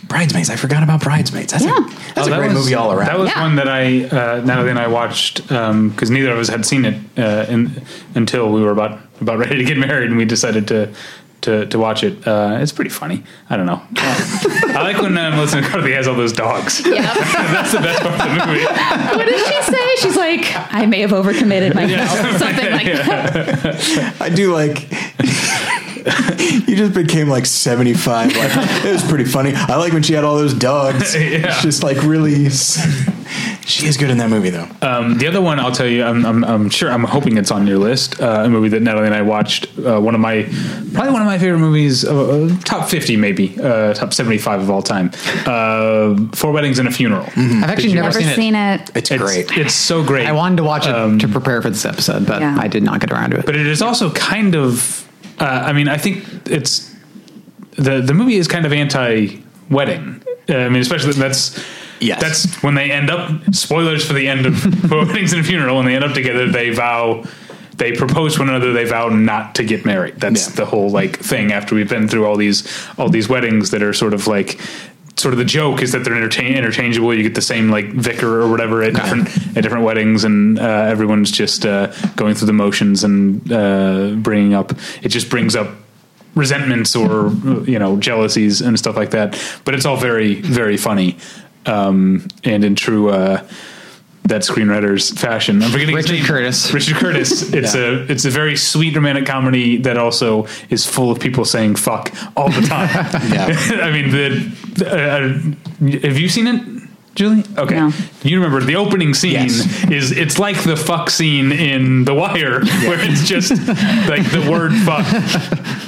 Speaker 1: Bridesmaids. I forgot about Bridesmaids. That's
Speaker 5: Yeah.
Speaker 1: a, that's
Speaker 2: Oh,
Speaker 1: a
Speaker 2: that
Speaker 1: great
Speaker 2: was-
Speaker 1: movie all around.
Speaker 2: That was
Speaker 5: Yeah.
Speaker 2: one that I uh, Natalie and I watched because neither of us had seen it uh, in, until we were about about ready to get married, and we decided to. To, to watch it, uh, it's pretty funny. I don't know. I like when uh, Melissa McCarthy has all those dogs.
Speaker 5: yeah.
Speaker 2: That's the best part of the movie.
Speaker 5: what did she say? She's like, I may have overcommitted myself, something like that.
Speaker 1: I do like. you just became like seventy five. Like it was pretty funny. I like when she had all those dogs.
Speaker 2: Yeah.
Speaker 1: It's just like really. She is good in that movie though.
Speaker 2: Um, the other one, I'll tell you, I'm, I'm, I'm sure, I'm hoping it's on your list. Uh, a movie that Natalie and I watched. Uh, one of my, probably one of my favorite movies, uh, uh, top 50 maybe, uh, top 75 of all time. Uh, Four Weddings and a Funeral.
Speaker 1: Mm-hmm.
Speaker 3: I've actually never,
Speaker 5: Never
Speaker 3: seen,
Speaker 5: seen
Speaker 3: it.
Speaker 5: it.
Speaker 1: it's,
Speaker 2: It's
Speaker 1: great. Um,
Speaker 2: It's so great.
Speaker 3: I wanted to watch it to prepare for this episode, but
Speaker 5: Yeah.
Speaker 3: I did not get around to it.
Speaker 2: but it is also kind of uh, i mean i think it's the the movie is kind of anti wedding uh, i mean especially that's
Speaker 1: Yes.
Speaker 2: that's when they end up spoilers for the end of weddings and a funeral when they end up together they vow they propose to one another they vow not to get married that's
Speaker 1: Yeah.
Speaker 2: the whole like thing after we've been through all these all these weddings that are sort of like sort of the joke is that they're intercha- interchangeable you get the same like vicar or whatever at different at different weddings and uh, everyone's just uh, going through the motions and uh, bringing up it just brings up resentments or you know jealousies and stuff like that but it's all very very funny um, and in true uh, that screenwriter's fashion. I'm forgetting his
Speaker 3: Richard
Speaker 2: name.
Speaker 3: Curtis.
Speaker 2: Richard Curtis. It's a it's a very sweet romantic comedy that also is full of people saying "fuck" all the time.
Speaker 1: Yeah.
Speaker 2: I mean, the uh, have you seen it, Julie? Okay,
Speaker 5: No.
Speaker 2: you remember the opening scene
Speaker 1: Yes.
Speaker 2: is it's like the fuck scene in The Wire, where it's just like the word fuck,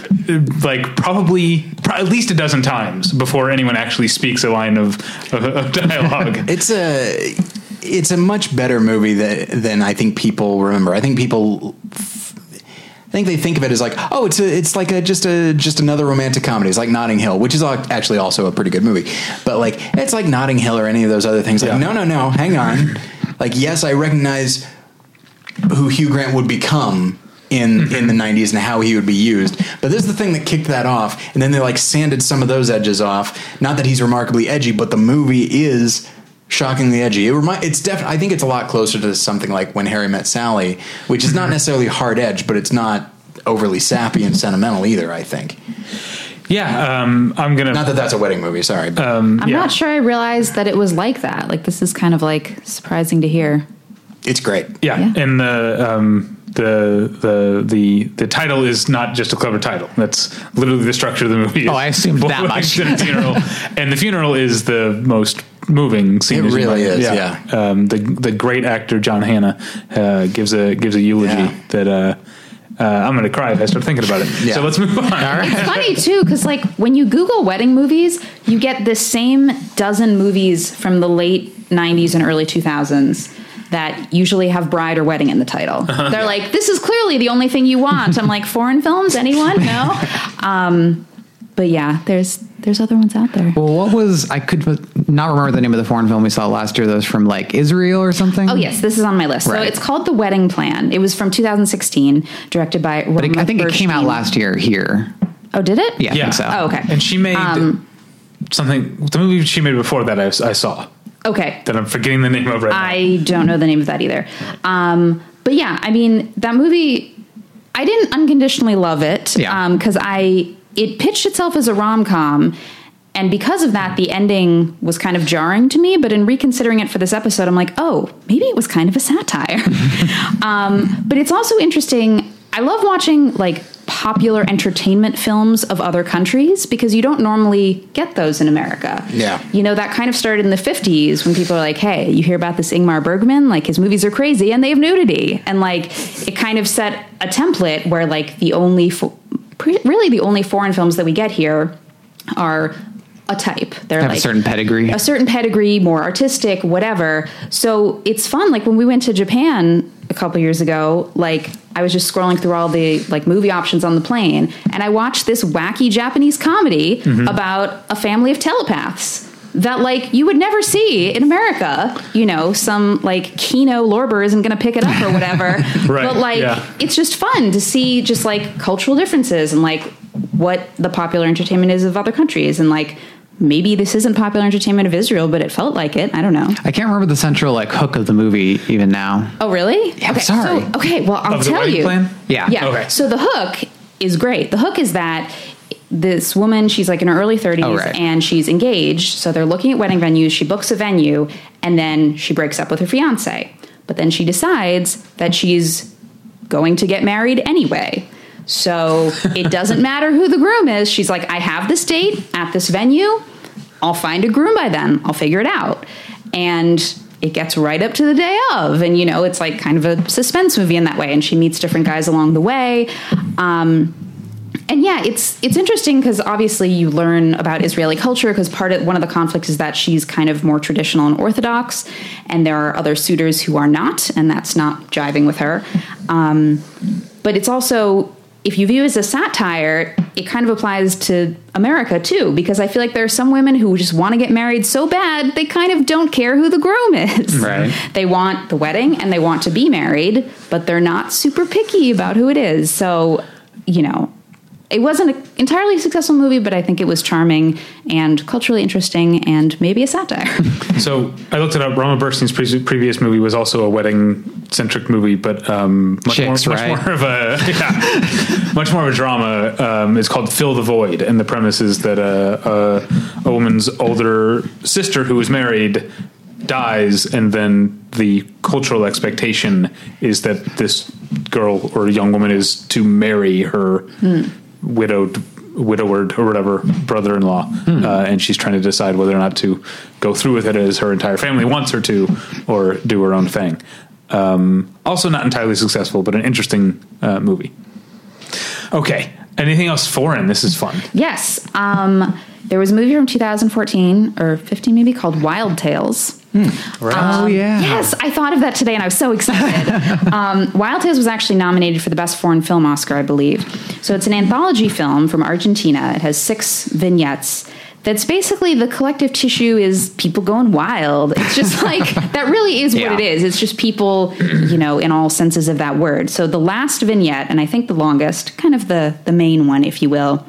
Speaker 2: like probably pro- at least a dozen times before anyone actually speaks a line of, of dialogue.
Speaker 1: It's a it's a much better movie that, than I think people remember. I think people I think they think of it as like oh it's a, it's like a just a just another romantic comedy. It's like Notting Hill, which is al- actually also a pretty good movie. But like it's like Notting Hill or any of those other things. Like
Speaker 2: Yeah.
Speaker 1: no no no, hang on. like yes, I recognize who Hugh Grant would become in in the 90s and how he would be used. But this is the thing that kicked that off and then they like sanded some of those edges off. Not that he's remarkably edgy, but the movie is shockingly edgy. It remind it's def- I think it's a lot closer to something like When Harry Met Sally, which is not necessarily hard edge, but it's not overly sappy and sentimental either, I think.
Speaker 2: Yeah, um, I'm gonna.
Speaker 1: Not that that's a wedding movie. Sorry. but-
Speaker 5: I'm
Speaker 2: yeah.
Speaker 5: not sure I realized that it was like that. Like this is kind of like surprising to hear.
Speaker 1: it's great.
Speaker 2: yeah.
Speaker 5: Yeah.
Speaker 2: and the um, the the the the title is not just a clever title. That's literally the structure of the movie.
Speaker 3: Oh, I assumed that
Speaker 2: Bullwink's
Speaker 3: much.
Speaker 2: at a funeral, and the funeral is the most moving scene.
Speaker 1: It
Speaker 2: as you
Speaker 1: really
Speaker 2: might-
Speaker 1: is,
Speaker 2: Um, the the great actor John Hannah uh, gives a gives a eulogy
Speaker 1: Yeah.
Speaker 2: that. Uh, uh, I'm gonna cry if I start thinking about it.
Speaker 1: Yeah.
Speaker 2: So let's move on.
Speaker 5: It's funny too because like when you Google wedding movies, you get the same dozen movies from the late '90s and early 2000s that usually have bride or wedding in the title. They're like, this is clearly the only thing you want. I'm like, foreign films? Anyone? No. Um, but yeah, there's there's other ones out there.
Speaker 3: Well, what was I could not remember the name of the foreign film we saw last year that was from like Israel or something?
Speaker 5: Oh yes, this is on my list. So
Speaker 3: Right.
Speaker 5: it's called The Wedding Plan. It was from 2016, directed by.
Speaker 3: but it, I think it came out last year here.
Speaker 5: Oh, did it?
Speaker 3: Yeah, I
Speaker 2: Yeah.
Speaker 3: think so.
Speaker 5: Oh, okay. Um,
Speaker 2: And she made something. The movie she made before that I, I saw
Speaker 5: Okay.
Speaker 2: that I'm forgetting the name of right now.
Speaker 5: I don't know the name of that either. Um, but yeah, I mean that movie. I didn't unconditionally love it.
Speaker 3: Yeah.
Speaker 5: Because I it pitched itself as a rom com. And because of that, the ending was kind of jarring to me. But in reconsidering it for this episode, I'm like, oh, maybe it was kind of a satire. Um, but it's also interesting. I love watching like popular entertainment films of other countries because you don't normally get those in America.
Speaker 1: Yeah.
Speaker 5: You know, that kind of started in the 50s when people are like, hey, you hear about this Ingmar Bergman? Like, his movies are crazy and they have nudity. And like, it kind of set a template where like the only, fo- pre- really the only foreign films that we get here are a type. They're
Speaker 3: Have
Speaker 5: like
Speaker 3: a certain pedigree.
Speaker 5: a certain pedigree, more artistic, whatever. So it's fun. Like when we went to Japan a couple years ago, like I was just scrolling through all the like movie options on the plane, and I watched this wacky Japanese comedy
Speaker 2: Mm-hmm.
Speaker 5: about a family of telepaths that like you would never see in America. You know, some like Kino Lorber isn't going to pick it up or whatever.
Speaker 2: Right,
Speaker 5: But like
Speaker 2: yeah.
Speaker 5: it's just fun to see just like cultural differences and like what the popular entertainment is of other countries and like maybe this isn't popular entertainment of Israel, but it felt like it. I don't know.
Speaker 3: I can't remember the central like hook of the movie even now.
Speaker 5: Oh really? Yeah, okay,
Speaker 3: sorry.
Speaker 5: So, okay, well I'll
Speaker 2: of the
Speaker 5: tell
Speaker 2: wedding
Speaker 5: you.
Speaker 2: plan.
Speaker 3: Yeah.
Speaker 5: Yeah.
Speaker 2: Okay.
Speaker 5: So the hook is great. The hook is that this woman, she's like in her early 30s
Speaker 3: Oh, right.
Speaker 5: and she's engaged. So they're looking at wedding venues. She books a venue and then she breaks up with her fiance. But then she decides that she's going to get married anyway. So it doesn't matter who the groom is. She's like, I have this date at this venue. I'll find a groom by then. I'll figure it out. And it gets right up to the day of. And, you know, it's like kind of a suspense movie in that way. And she meets different guys along the way. Um, and yeah, it's it's interesting because obviously you learn about Israeli culture because part of one of the conflicts is that she's kind of more traditional and orthodox, and there are other suitors who are not, and that's not jiving with her. Um, but it's also if you view it as a satire, it kind of applies to America too, because I feel like there are some women who just want to get married so bad they kind of don't care who the groom is.
Speaker 3: Right.
Speaker 5: They want the wedding and they want to be married, but they're not super picky about who it is. So, you know, it wasn't an entirely successful movie, but I think it was charming and culturally interesting and maybe a satire.
Speaker 2: So I looked it up. Roma Burstein's pre- previous movie was also a wedding centric movie, but um, much,
Speaker 3: Chicks,
Speaker 2: more,
Speaker 3: right?
Speaker 2: much more of a yeah, much more of a drama. Um, it's called Fill the Void, and the premise is that a, a, a woman's older sister who is married dies, and then the cultural expectation is that this girl or young woman is to marry her widowed widowered or whatever brother-in-law uh, and she's trying to decide whether or not to go through with it as her entire family wants her to or do her own thing um, also not entirely successful but an interesting uh, movie okay anything else foreign this is fun
Speaker 5: Yes. Um, there was a movie from 2014 or 15 maybe called Wild Tales.
Speaker 3: Oh yeah.
Speaker 5: Um, Yes, I thought of that today and I was so excited. um, Wild Tales was actually nominated for the Best Foreign Film Oscar, I believe. So it's an anthology film from Argentina. It has six vignettes. That's basically the collective tissue is people going wild. It's just like that really is
Speaker 3: Yeah.
Speaker 5: what it is. It's just people, you know, in all senses of that word. So the last vignette, and I think the longest, kind of the the main one, if you will,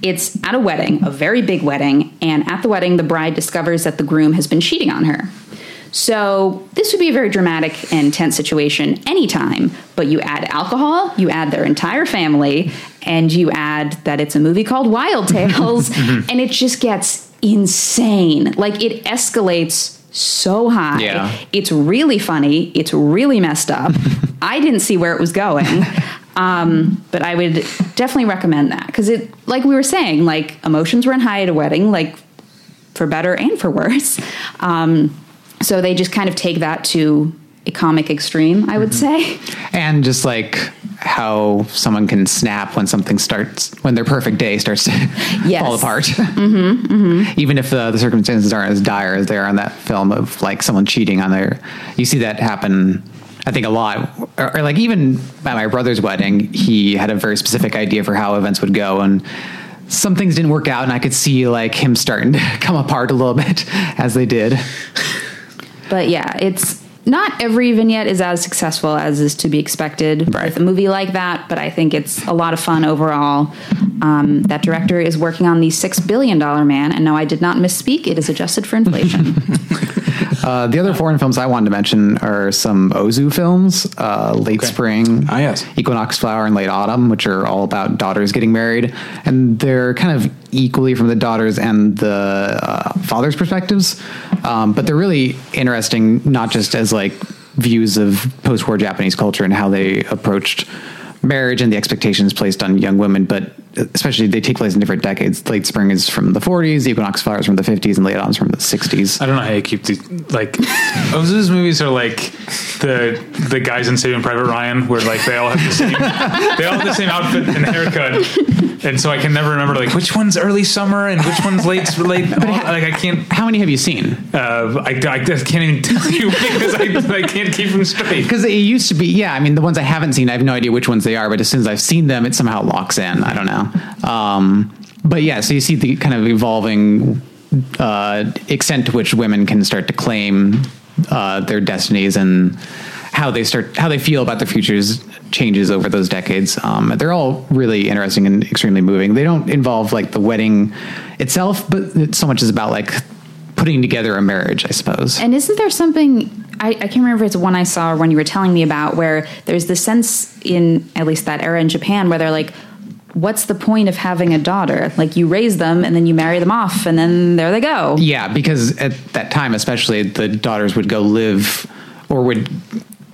Speaker 5: it's at a wedding, a very big wedding, and at the wedding, the bride discovers that the groom has been cheating on her. So this would be a very dramatic and tense situation anytime, but you add alcohol, you add their entire family, and you add that it's a movie called Wild Tales, and it just gets insane. Like it escalates so high.
Speaker 3: Yeah.
Speaker 5: It's really funny. It's really messed up. I didn't see where it was going. Um, but I would definitely recommend that because it, like we were saying, like emotions run high at a wedding, like for better and for worse. Um, so they just kind of take that to a comic extreme, I would say.
Speaker 3: and just like how someone can snap when something starts when their perfect day starts to
Speaker 5: Yes.
Speaker 3: fall apart mm-hmm, even if the, the circumstances aren't as dire as they are in that film of like someone cheating on their you see that happen i think a lot or, or like even at my brother's wedding he had a very specific idea for how events would go and some things didn't work out and i could see like him starting to come apart a little bit as they did
Speaker 5: But yeah, it's not every vignette is as successful as is to be expected
Speaker 3: Right.
Speaker 5: with a movie like that, but I think it's a lot of fun overall. Um, that director is working on the six billion dollar man, and no, I did not misspeak. It is adjusted for inflation.
Speaker 3: Uh, the other foreign films I wanted to mention are some Ozu films, uh, Late Spring,
Speaker 1: Ah, yes.
Speaker 3: Equinox Flower, and Late Autumn, which are all about daughters getting married. And they're kind of equally from the daughters and the uh, father's perspectives. Um, but they're really interesting, not just as like views of post war Japanese culture and how they approached marriage and the expectations placed on young women, but especially they take place in different decades. Late Spring is from the 40s, Equinox Flower is from the 50s, and Late Autumn is from the 60s.
Speaker 2: I don't know how you keep the like. Ozu's movies are like the the guys in Saving Private Ryan, where like they all have the same they all have the same outfit and haircut, and so I can never remember like which one's early summer and which one's late late. like I can't,
Speaker 3: How many have you seen?
Speaker 2: uh, I, I just can't even tell you because I, I can't keep them straight.
Speaker 3: Because it used to be, yeah. I mean, the ones I haven't seen, I have no idea which ones they are. But as soon as I've seen them, it somehow locks in. I don't know. Um, but yeah, so you see the kind of evolving uh, extent to which women can start to claim uh, their destinies and how they start, how they feel about their futures changes over those decades. Um, they're all really interesting and extremely moving. They don't involve like the wedding itself, but it so much is about like putting together a marriage, I suppose.
Speaker 5: And isn't there something I, I can't remember if it's one I saw or one you were telling me about where there's this sense in at least that era in Japan where they're like, what's the point of having a daughter? Like you raise them and then you marry them off and then there they go.
Speaker 3: Yeah, because at that time, especially, the daughters would go live or would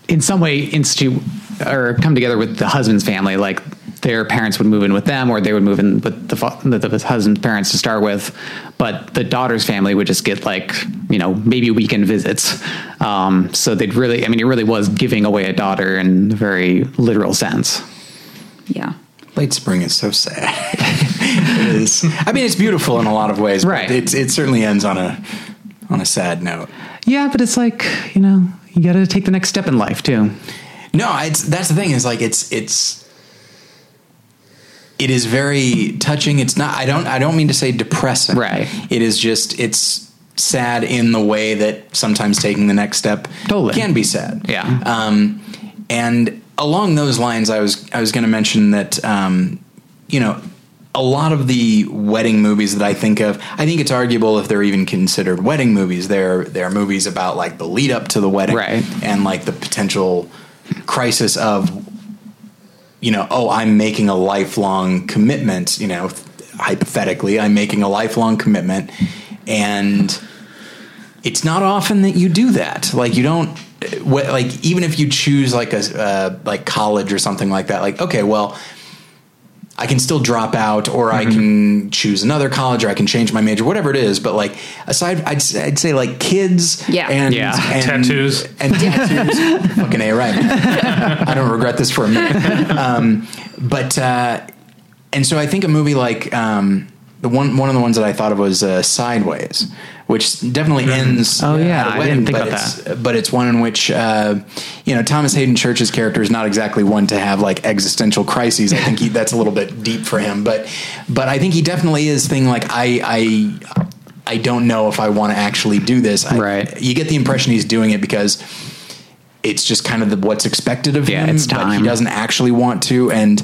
Speaker 3: in some way institute or come together with the husband's family. Like their parents would move in with them or they would move in with the, fa- the, the husband's parents to start with. But the daughter's family would just get like, you know, maybe weekend visits. Um, so they'd really, I mean, it really was giving away a daughter in a very literal sense.
Speaker 5: Yeah.
Speaker 1: Late spring is so sad. it is. I mean, it's beautiful in a lot of ways.
Speaker 3: Right.
Speaker 1: But it's, it certainly ends on a on a sad note.
Speaker 3: Yeah, but it's like, you know, you got to take the next step in life too.
Speaker 1: No, it's that's the thing. Is like it's it's it is very touching. It's not. I don't. I don't mean to say depressing.
Speaker 3: Right.
Speaker 1: It is just. It's sad in the way that sometimes taking the next step
Speaker 3: Totally.
Speaker 1: can be sad.
Speaker 3: Yeah.
Speaker 1: Um, and along those lines, I was I was going to mention that um, you know a lot of the wedding movies that I think of, I think it's arguable if they're even considered wedding movies. They're they're movies about like the lead up to the wedding
Speaker 3: Right.
Speaker 1: and like the potential crisis of you know, oh, I'm making a lifelong commitment, you know, hypothetically, I'm making a lifelong commitment. And it's not often that you do that. Like, you don't, what, like, even if you choose like a, uh, like college or something like that, like, okay, well, I can still drop out or
Speaker 5: Mm-hmm.
Speaker 1: I can choose another college or I can change my major, whatever it is. But like, aside, I'd, s- I'd say like kids
Speaker 5: Yeah.
Speaker 1: and,
Speaker 3: Yeah.
Speaker 1: and
Speaker 2: Tattoos.
Speaker 1: and tattoos. Fucking a right. I don't regret this for a minute. Um, but uh, and so I think a movie like um, the one one of the ones that I thought of was uh, Sideways, which definitely ends.
Speaker 3: Oh,
Speaker 1: at
Speaker 3: yeah.
Speaker 1: a
Speaker 3: I didn't think
Speaker 1: but
Speaker 3: about
Speaker 1: it's, But it's one in which uh, you know Thomas Hayden Church's character is not exactly one to have like existential crises. I think he, that's a little bit deep for him. But but I think he definitely is thing like I I. I don't know if I want to actually do this. I-
Speaker 3: Right.
Speaker 1: You get the impression he's doing it because it's just kind of the, what's expected of
Speaker 3: Yeah,
Speaker 1: him.
Speaker 3: it's
Speaker 1: But
Speaker 3: time.
Speaker 1: he doesn't actually want to, and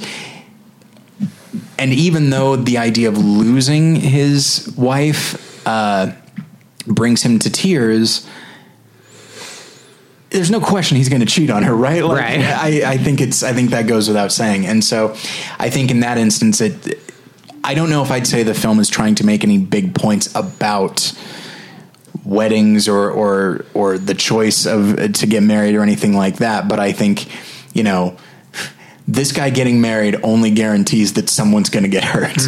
Speaker 1: and even though the idea of losing his wife uh, brings him to tears, there's no question he's going to cheat on her, right? Like,
Speaker 3: Right.
Speaker 1: I, I think it's I think that goes without saying, and so I think in that instance, it. I don't know if I'd say the film is trying to make any big points about weddings or or or the choice of uh, to get married or anything like that, but I think you know. This guy getting married only guarantees that someone's going to get hurt,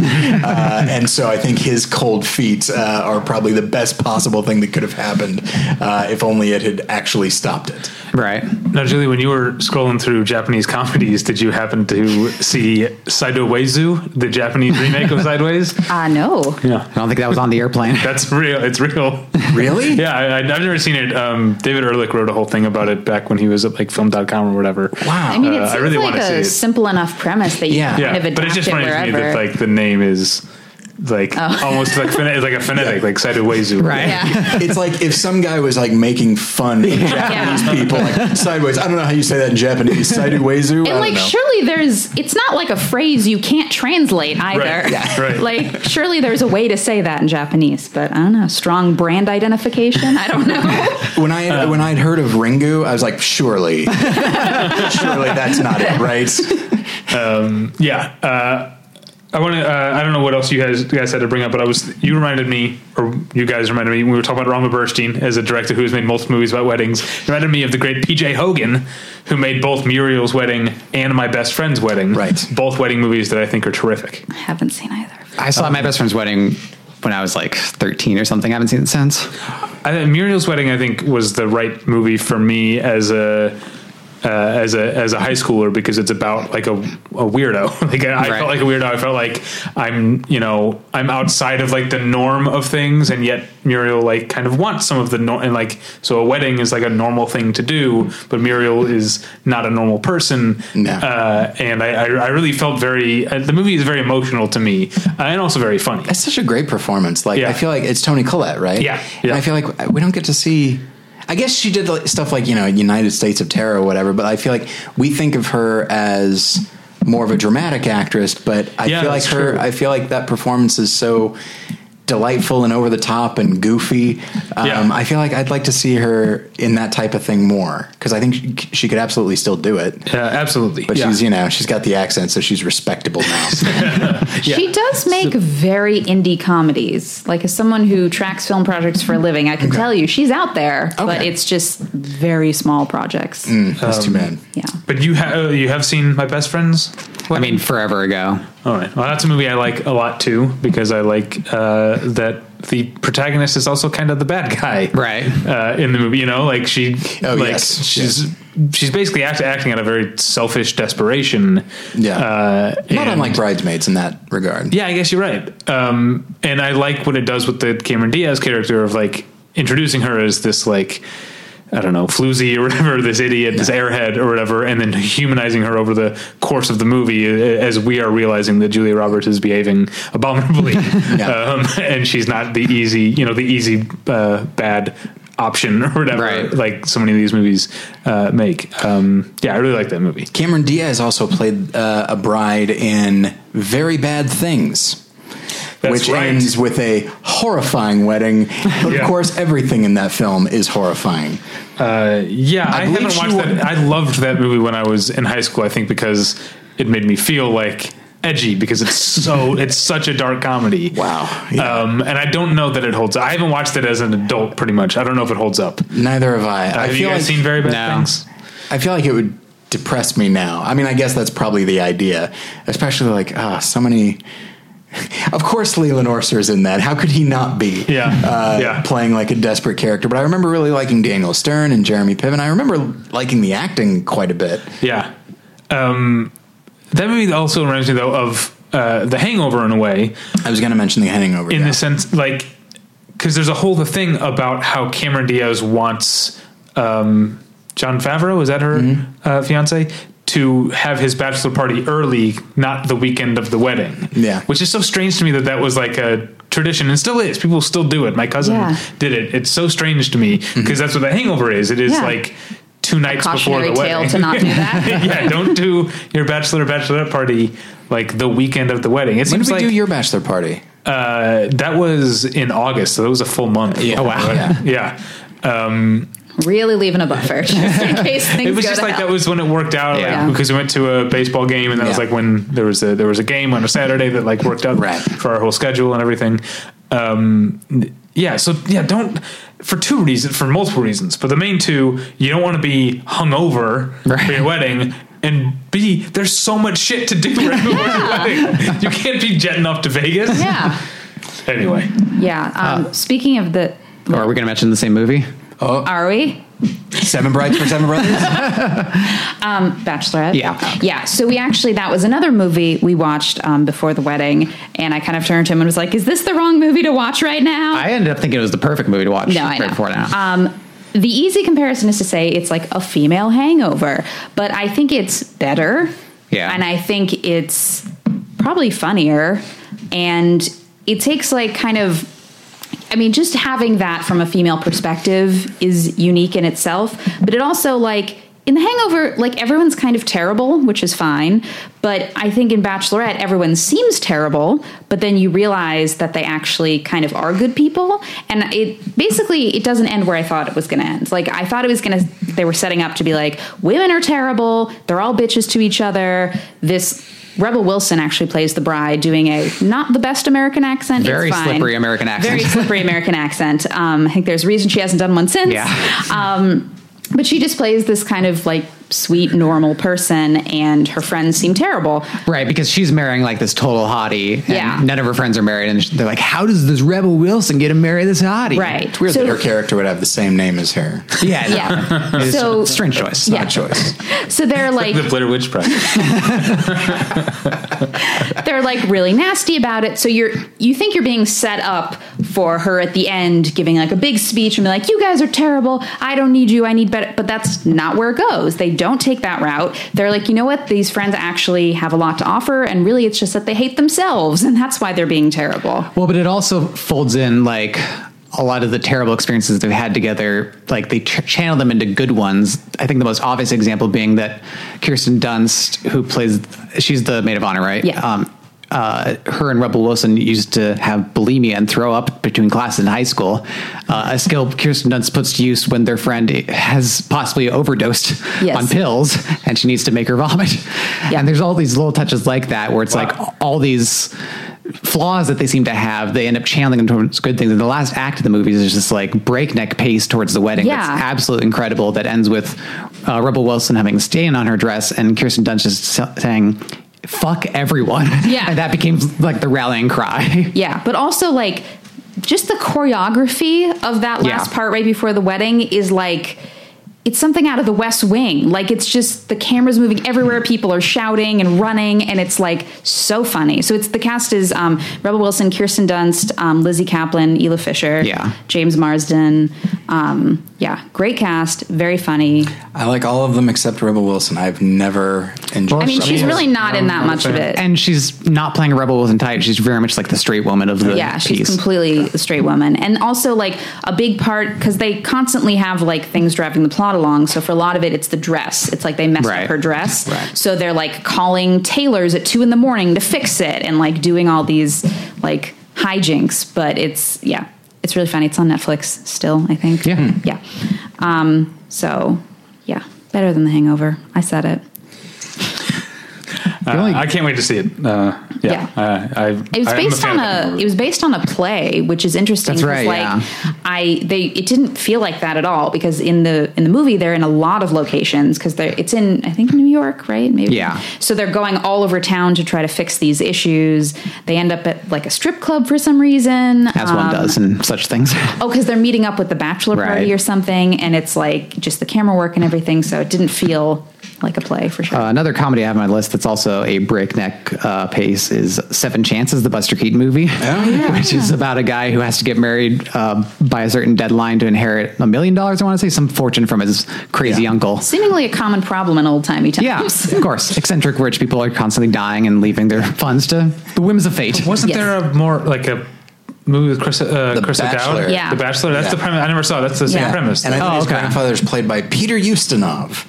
Speaker 1: uh, and so I think his cold feet uh, are probably the best possible thing that could have happened uh, if only it had actually stopped it.
Speaker 3: Right.
Speaker 2: Now, Julie, when you were scrolling through Japanese comedies, did you happen to see Saido Weizu, the Japanese remake of Sideways?
Speaker 5: Uh, no.
Speaker 3: I don't think that was on the airplane.
Speaker 2: That's real. It's real.
Speaker 1: Really?
Speaker 2: Yeah, I, I- I've never seen it. Um, David Ehrlich wrote a whole thing about it back when he was at like film.com or whatever.
Speaker 1: Wow.
Speaker 5: I mean,
Speaker 2: Uh, I
Speaker 5: it seems
Speaker 2: really
Speaker 5: like
Speaker 2: wanna see
Speaker 5: a
Speaker 2: it.
Speaker 5: simple enough premise that you
Speaker 1: Yeah.
Speaker 5: can
Speaker 2: Yeah,
Speaker 5: kind of
Speaker 2: but it's
Speaker 5: adapt
Speaker 2: just
Speaker 5: it
Speaker 2: funny to me that
Speaker 5: wherever. Oh.
Speaker 2: like the name is like almost like phone- it's like a phonetic, like Saido Weizu.
Speaker 3: Right.
Speaker 5: yeah.
Speaker 1: it's like if some guy was like making fun of Japanese
Speaker 5: Yeah.
Speaker 1: people, like sideways. I don't know how you say that in Japanese. Sideways.
Speaker 5: And like, surely there's, it's not like a phrase you can't translate either.
Speaker 2: Right, yeah, right.
Speaker 5: Like, surely there's a way to say that in Japanese, but I don't know. Strong brand identification? I don't know.
Speaker 1: when I
Speaker 2: Um,
Speaker 1: when I'd heard of Ringu, I was like, surely, surely that's not it, right?
Speaker 2: Yeah. Uh, I want to. Uh, I don't know what else you guys you guys had to bring up, but I was. You reminded me, or you guys reminded me. We were talking about Rama Burstein as a director who has made multiple movies about weddings. It reminded me of the great P.J. Hogan, who made both Muriel's Wedding and My Best Friend's Wedding.
Speaker 1: Right.
Speaker 2: Both wedding movies that I think are terrific.
Speaker 5: I haven't seen either.
Speaker 3: I saw my best friend's wedding when I was like 13 or something. I haven't seen it since.
Speaker 2: I think Muriel's Wedding, I think, was the right movie for me as a uh, as a as a high schooler because it's about like a, a weirdo. like I, I
Speaker 3: Right.
Speaker 2: felt like a weirdo. I felt like I'm you know I'm outside of like the norm of things, and yet Muriel like kind of wants some of the norm. And like so, a wedding is like a normal thing to do, but Muriel is not a normal person.
Speaker 1: No.
Speaker 2: Uh, and I, I I really felt very uh, the movie is very emotional to me, uh, and also very funny.
Speaker 1: That's such a great performance. Like
Speaker 2: Yeah.
Speaker 1: I feel like it's Tony Collette, right?
Speaker 2: Yeah,
Speaker 1: And
Speaker 2: yeah.
Speaker 1: I feel like we don't get to see. I guess she did like, stuff like you know United States of Terror or whatever, but I feel like we think of her as more of a dramatic actress. But I
Speaker 2: Yeah,
Speaker 1: feel like
Speaker 2: that's
Speaker 1: her.
Speaker 2: true.
Speaker 1: I feel like that performance is so delightful and over the top and goofy. Um,
Speaker 2: Yeah.
Speaker 1: I feel like I'd like to see her in that type of thing more because I think she, she could absolutely still do it.
Speaker 2: Yeah, Uh, absolutely.
Speaker 1: But
Speaker 2: Yeah.
Speaker 1: she's you know she's got the accent, so she's respectable now.
Speaker 5: She does make very indie comedies. Like, as someone who tracks film projects for a living, I can tell you she's out there, but
Speaker 1: Okay.
Speaker 5: it's just very small projects.
Speaker 2: Mm.
Speaker 1: That's
Speaker 2: Um,
Speaker 1: too bad.
Speaker 5: Yeah.
Speaker 2: But you have you have seen My Best Friends?
Speaker 3: I mean, forever ago.
Speaker 2: All right. Well, that's a movie I like a lot too because I like uh, that the protagonist is also kind of the bad guy,
Speaker 3: Right.
Speaker 2: Uh, in the movie, you know, like she,
Speaker 1: Oh,
Speaker 2: like
Speaker 1: yes.
Speaker 2: she's she's basically act, acting out of very selfish desperation.
Speaker 1: Yeah.
Speaker 2: Uh,
Speaker 1: Not
Speaker 2: and-
Speaker 1: unlike bridesmaids in that regard.
Speaker 2: yeah, I guess you're right. Um, and I like what it does with the Cameron Diaz character of like introducing her as this like I don't know floozy or whatever, this idiot, this airhead or whatever, and then humanizing her over the course of the movie uh, as we are realizing that Julia Roberts is behaving abominably,
Speaker 1: Yeah.
Speaker 2: um, and she's not the easy, you know, the easy uh, bad option or whatever,
Speaker 3: Right.
Speaker 2: like so many of these movies uh, make. Um, yeah, I really like that movie.
Speaker 1: Cameron Diaz also played uh, a bride in Very Bad Things.
Speaker 2: That's
Speaker 1: which
Speaker 2: right.
Speaker 1: ends with a horrifying wedding. But
Speaker 2: Yeah.
Speaker 1: of course, everything in that film is horrifying.
Speaker 2: Yeah, I,
Speaker 1: believe
Speaker 2: haven't
Speaker 1: she
Speaker 2: watched
Speaker 1: wa-
Speaker 2: that. I loved that movie when I was in high school. I think because it made me feel like edgy because it's so it's such a dark comedy.
Speaker 1: Wow, yeah.
Speaker 2: Um, and I don't know that it holds. I haven't watched it as an adult. Pretty much, I don't know if it holds up.
Speaker 1: Neither have I. I
Speaker 2: Have you
Speaker 1: feel
Speaker 2: guys
Speaker 1: like
Speaker 2: seen Very Bad
Speaker 3: No.
Speaker 2: Things?
Speaker 1: I feel like it would depress me now. I mean, I guess that's probably the idea, especially like ah, so many. Of course, Leland Orser's in that. How could he not be?
Speaker 2: Yeah.
Speaker 1: uh,
Speaker 2: Yeah.
Speaker 1: playing like a desperate character. But I remember really liking Daniel Stern and Jeremy Piven. I remember liking the acting quite a bit.
Speaker 2: Yeah. Um, that movie also reminds me though of uh, The Hangover in a way.
Speaker 1: I was going to mention the Hangover.
Speaker 2: in
Speaker 1: yeah.
Speaker 2: the sense like because there's a whole the thing about how Cameron Diaz wants um, John Favreau is that her
Speaker 1: Mm-hmm.
Speaker 2: uh, fiance to have his bachelor party early, not the weekend of the wedding.
Speaker 1: Yeah.
Speaker 2: which is so strange to me that that was like a tradition and still is. People still do it. My cousin
Speaker 5: Yeah.
Speaker 2: did it. It's so strange to me because
Speaker 1: Mm-hmm.
Speaker 2: that's what the Hangover is. It is
Speaker 5: Yeah.
Speaker 2: like two nights before the
Speaker 5: Cautionary tale
Speaker 2: wedding
Speaker 5: to not do that.
Speaker 2: yeah, don't do your bachelor or bachelorette party like the weekend of the wedding. It
Speaker 1: when
Speaker 2: seems
Speaker 1: did we
Speaker 2: like
Speaker 1: do your bachelor party?
Speaker 2: uh, that was in August, so that was a full month.
Speaker 1: Yeah. Oh, wow.
Speaker 2: yeah. Um,
Speaker 5: really leaving a buffer just in case things
Speaker 2: it was
Speaker 5: go
Speaker 2: just
Speaker 5: to
Speaker 2: like
Speaker 5: hell.
Speaker 2: that was when it worked out
Speaker 5: Yeah.
Speaker 2: like, because we went to a baseball game and that was
Speaker 1: Yeah.
Speaker 2: like when there was a there was a game on a Saturday that like worked out
Speaker 1: Right.
Speaker 2: for our whole schedule and everything. Um, yeah, so yeah, don't for two reasons for multiple reasons, but the main two you don't want to be hungover for your wedding. And B, there's so much shit to do right before your wedding. You can't be jetting off to Vegas.
Speaker 5: yeah,
Speaker 2: Anyway,
Speaker 5: yeah. Um,
Speaker 3: Uh,
Speaker 5: speaking of the,
Speaker 3: Or are we going to mention the same movie? oh.
Speaker 5: are we
Speaker 1: Seven Brides for Seven Brothers?
Speaker 5: Um, Bachelorette?
Speaker 3: Yeah.
Speaker 5: yeah. So we actually that was another movie we watched um, before the wedding, and I kind of turned to him and was like, "Is this the wrong movie to watch right now?"
Speaker 3: I ended up thinking it was the perfect movie to watch
Speaker 5: No, I
Speaker 3: right
Speaker 5: know.
Speaker 3: before now.
Speaker 5: Um, the easy comparison is to say it's like a female hangover, but I think it's better.
Speaker 3: Yeah.
Speaker 5: And I think it's probably funnier. And it takes like kind of, I mean, just having that from a female perspective is unique in itself, but it also like, in the hangover, like everyone's kind of terrible, which is fine. But I think in Bachelorette, everyone seems terrible, but then you realize that they actually kind of are good people. And it basically it doesn't end where I thought it was gonna end. Like I thought it was gonna they were setting up to be like, women are terrible, they're all bitches to each other. This Rebel Wilson actually plays the bride doing a not the best American accent. It's
Speaker 3: Very
Speaker 5: fine.
Speaker 3: slippery American accent.
Speaker 5: Very slippery American accent. Um, I think there's a reason she hasn't done one since
Speaker 3: Yeah.
Speaker 5: um, but she just plays this kind of like sweet normal person and her friends seem terrible
Speaker 3: Right, because she's marrying like this total hottie, and
Speaker 5: Yeah.
Speaker 3: none of her friends are married, and they're like, "How does this Rebel Wilson get to marry this hottie?"
Speaker 5: right
Speaker 1: It's weird that her character would have the same name as her.
Speaker 3: Yeah,
Speaker 5: Yeah.
Speaker 3: yeah.
Speaker 5: So-
Speaker 3: strange choice.
Speaker 5: Yeah.
Speaker 1: Good choice.
Speaker 5: so they're like
Speaker 2: the Blair Witch Project.
Speaker 5: they're like really nasty about it. So you're you think you're being set up for her at the end giving like a big speech and be like, "You guys are terrible. I don't need you. I need better." But that's not where it goes. They don't take that route. They're like, "You know what? These friends actually have a lot to offer and really it's just that they hate themselves and that's why they're being terrible."
Speaker 3: Well, but it also folds in like a lot of the terrible experiences they've had together. Like they ch- channel them into good ones. I think the most obvious example being that Kirsten Dunst, who plays, she's the maid of honor, right?
Speaker 5: Yeah.
Speaker 3: Um, uh, her and Rebel Wilson used to have bulimia and throw up between classes in high school, uh, a skill Kirsten Dunst puts to use when their friend has possibly overdosed
Speaker 5: Yes.
Speaker 3: on pills and she needs to make her vomit.
Speaker 5: Yeah.
Speaker 3: And there's all these little touches like that where it's like all these flaws that they seem to have, they end up channeling them towards good things. And the last act of the movie is just like breakneck pace towards the wedding.
Speaker 5: Yeah.
Speaker 3: That's absolutely incredible. That ends with uh, Rebel Wilson having a stain on her dress and Kirsten Dunst just s- saying, fuck everyone.
Speaker 5: Yeah.
Speaker 3: and that became like the rallying cry.
Speaker 5: Yeah, but also like just the choreography of that
Speaker 3: Yeah.
Speaker 5: last part right before the wedding is like it's something out of the West Wing. Like it's just the cameras moving everywhere, people are shouting and running, and it's like so funny. So it's the cast is um, Rebel Wilson, Kirsten Dunst, um, Lizzie Kaplan, Ela Fisher,
Speaker 3: Yeah.
Speaker 5: James Marsden. Um, yeah, great cast, very funny.
Speaker 1: I like all of them except Rebel Wilson. I've never enjoyed
Speaker 5: I mean, she's really not in that much of it.
Speaker 3: And she's not playing Rebel Wilson tight. She's very much like the straight woman of the
Speaker 5: yeah she's
Speaker 3: piece.
Speaker 5: completely a straight woman and also like a big part because they constantly have like things driving the plot along so for a lot of it it's the dress it's like they messed
Speaker 3: Right.
Speaker 5: up her dress
Speaker 3: Right.
Speaker 5: so they're like calling tailors at two in the morning to fix it and like doing all these like hijinks but it's yeah it's really funny it's on netflix still i think
Speaker 3: Yeah. Hmm.
Speaker 5: yeah um so yeah better than the hangover i said it
Speaker 2: Uh, I can't wait to see it. Uh, yeah,
Speaker 5: Yeah.
Speaker 2: Uh, I,
Speaker 5: It was
Speaker 2: I'm
Speaker 5: based
Speaker 2: fan
Speaker 5: on
Speaker 2: of that
Speaker 5: a
Speaker 2: movie.
Speaker 5: it was based on a play, which is interesting.
Speaker 3: That's
Speaker 5: 'cause,
Speaker 3: right,
Speaker 5: Like
Speaker 3: yeah.
Speaker 5: I they it didn't feel like that at all because in the in the movie they're in a lot of locations because they're it's in I think New York, right? Maybe.
Speaker 3: Yeah.
Speaker 5: So they're going all over town to try to fix these issues. They end up at like a strip club for some reason.
Speaker 3: As one
Speaker 5: Um,
Speaker 3: does in such things.
Speaker 5: Oh, because they're meeting up with the bachelor party
Speaker 3: Right.
Speaker 5: or something, and it's like just the camera work and everything. So it didn't feel like a play for sure.
Speaker 3: Uh, another comedy I have on my list that's also a breakneck uh, pace is Seven Chances, the Buster Keaton movie, which is about a guy who has to get married uh, by a certain deadline to inherit a million dollars. I want to say some fortune from his crazy uncle.
Speaker 5: Seemingly a common problem in old timey times.
Speaker 3: Yeah, of course. Eccentric rich people are constantly dying and leaving their funds to the whims of fate.
Speaker 2: Wasn't
Speaker 5: Yes.
Speaker 2: there a more like a movie with Chris uh,
Speaker 1: The
Speaker 2: Chris
Speaker 1: Bachelor.
Speaker 2: O'Dowd?
Speaker 5: Yeah.
Speaker 2: The Bachelor. That's
Speaker 1: Yeah.
Speaker 2: the premise. I never saw. it. That's the same
Speaker 1: Yeah.
Speaker 2: premise.
Speaker 1: And I think
Speaker 3: Oh,
Speaker 1: his
Speaker 3: okay.
Speaker 1: grandfather is played by Peter Ustinov,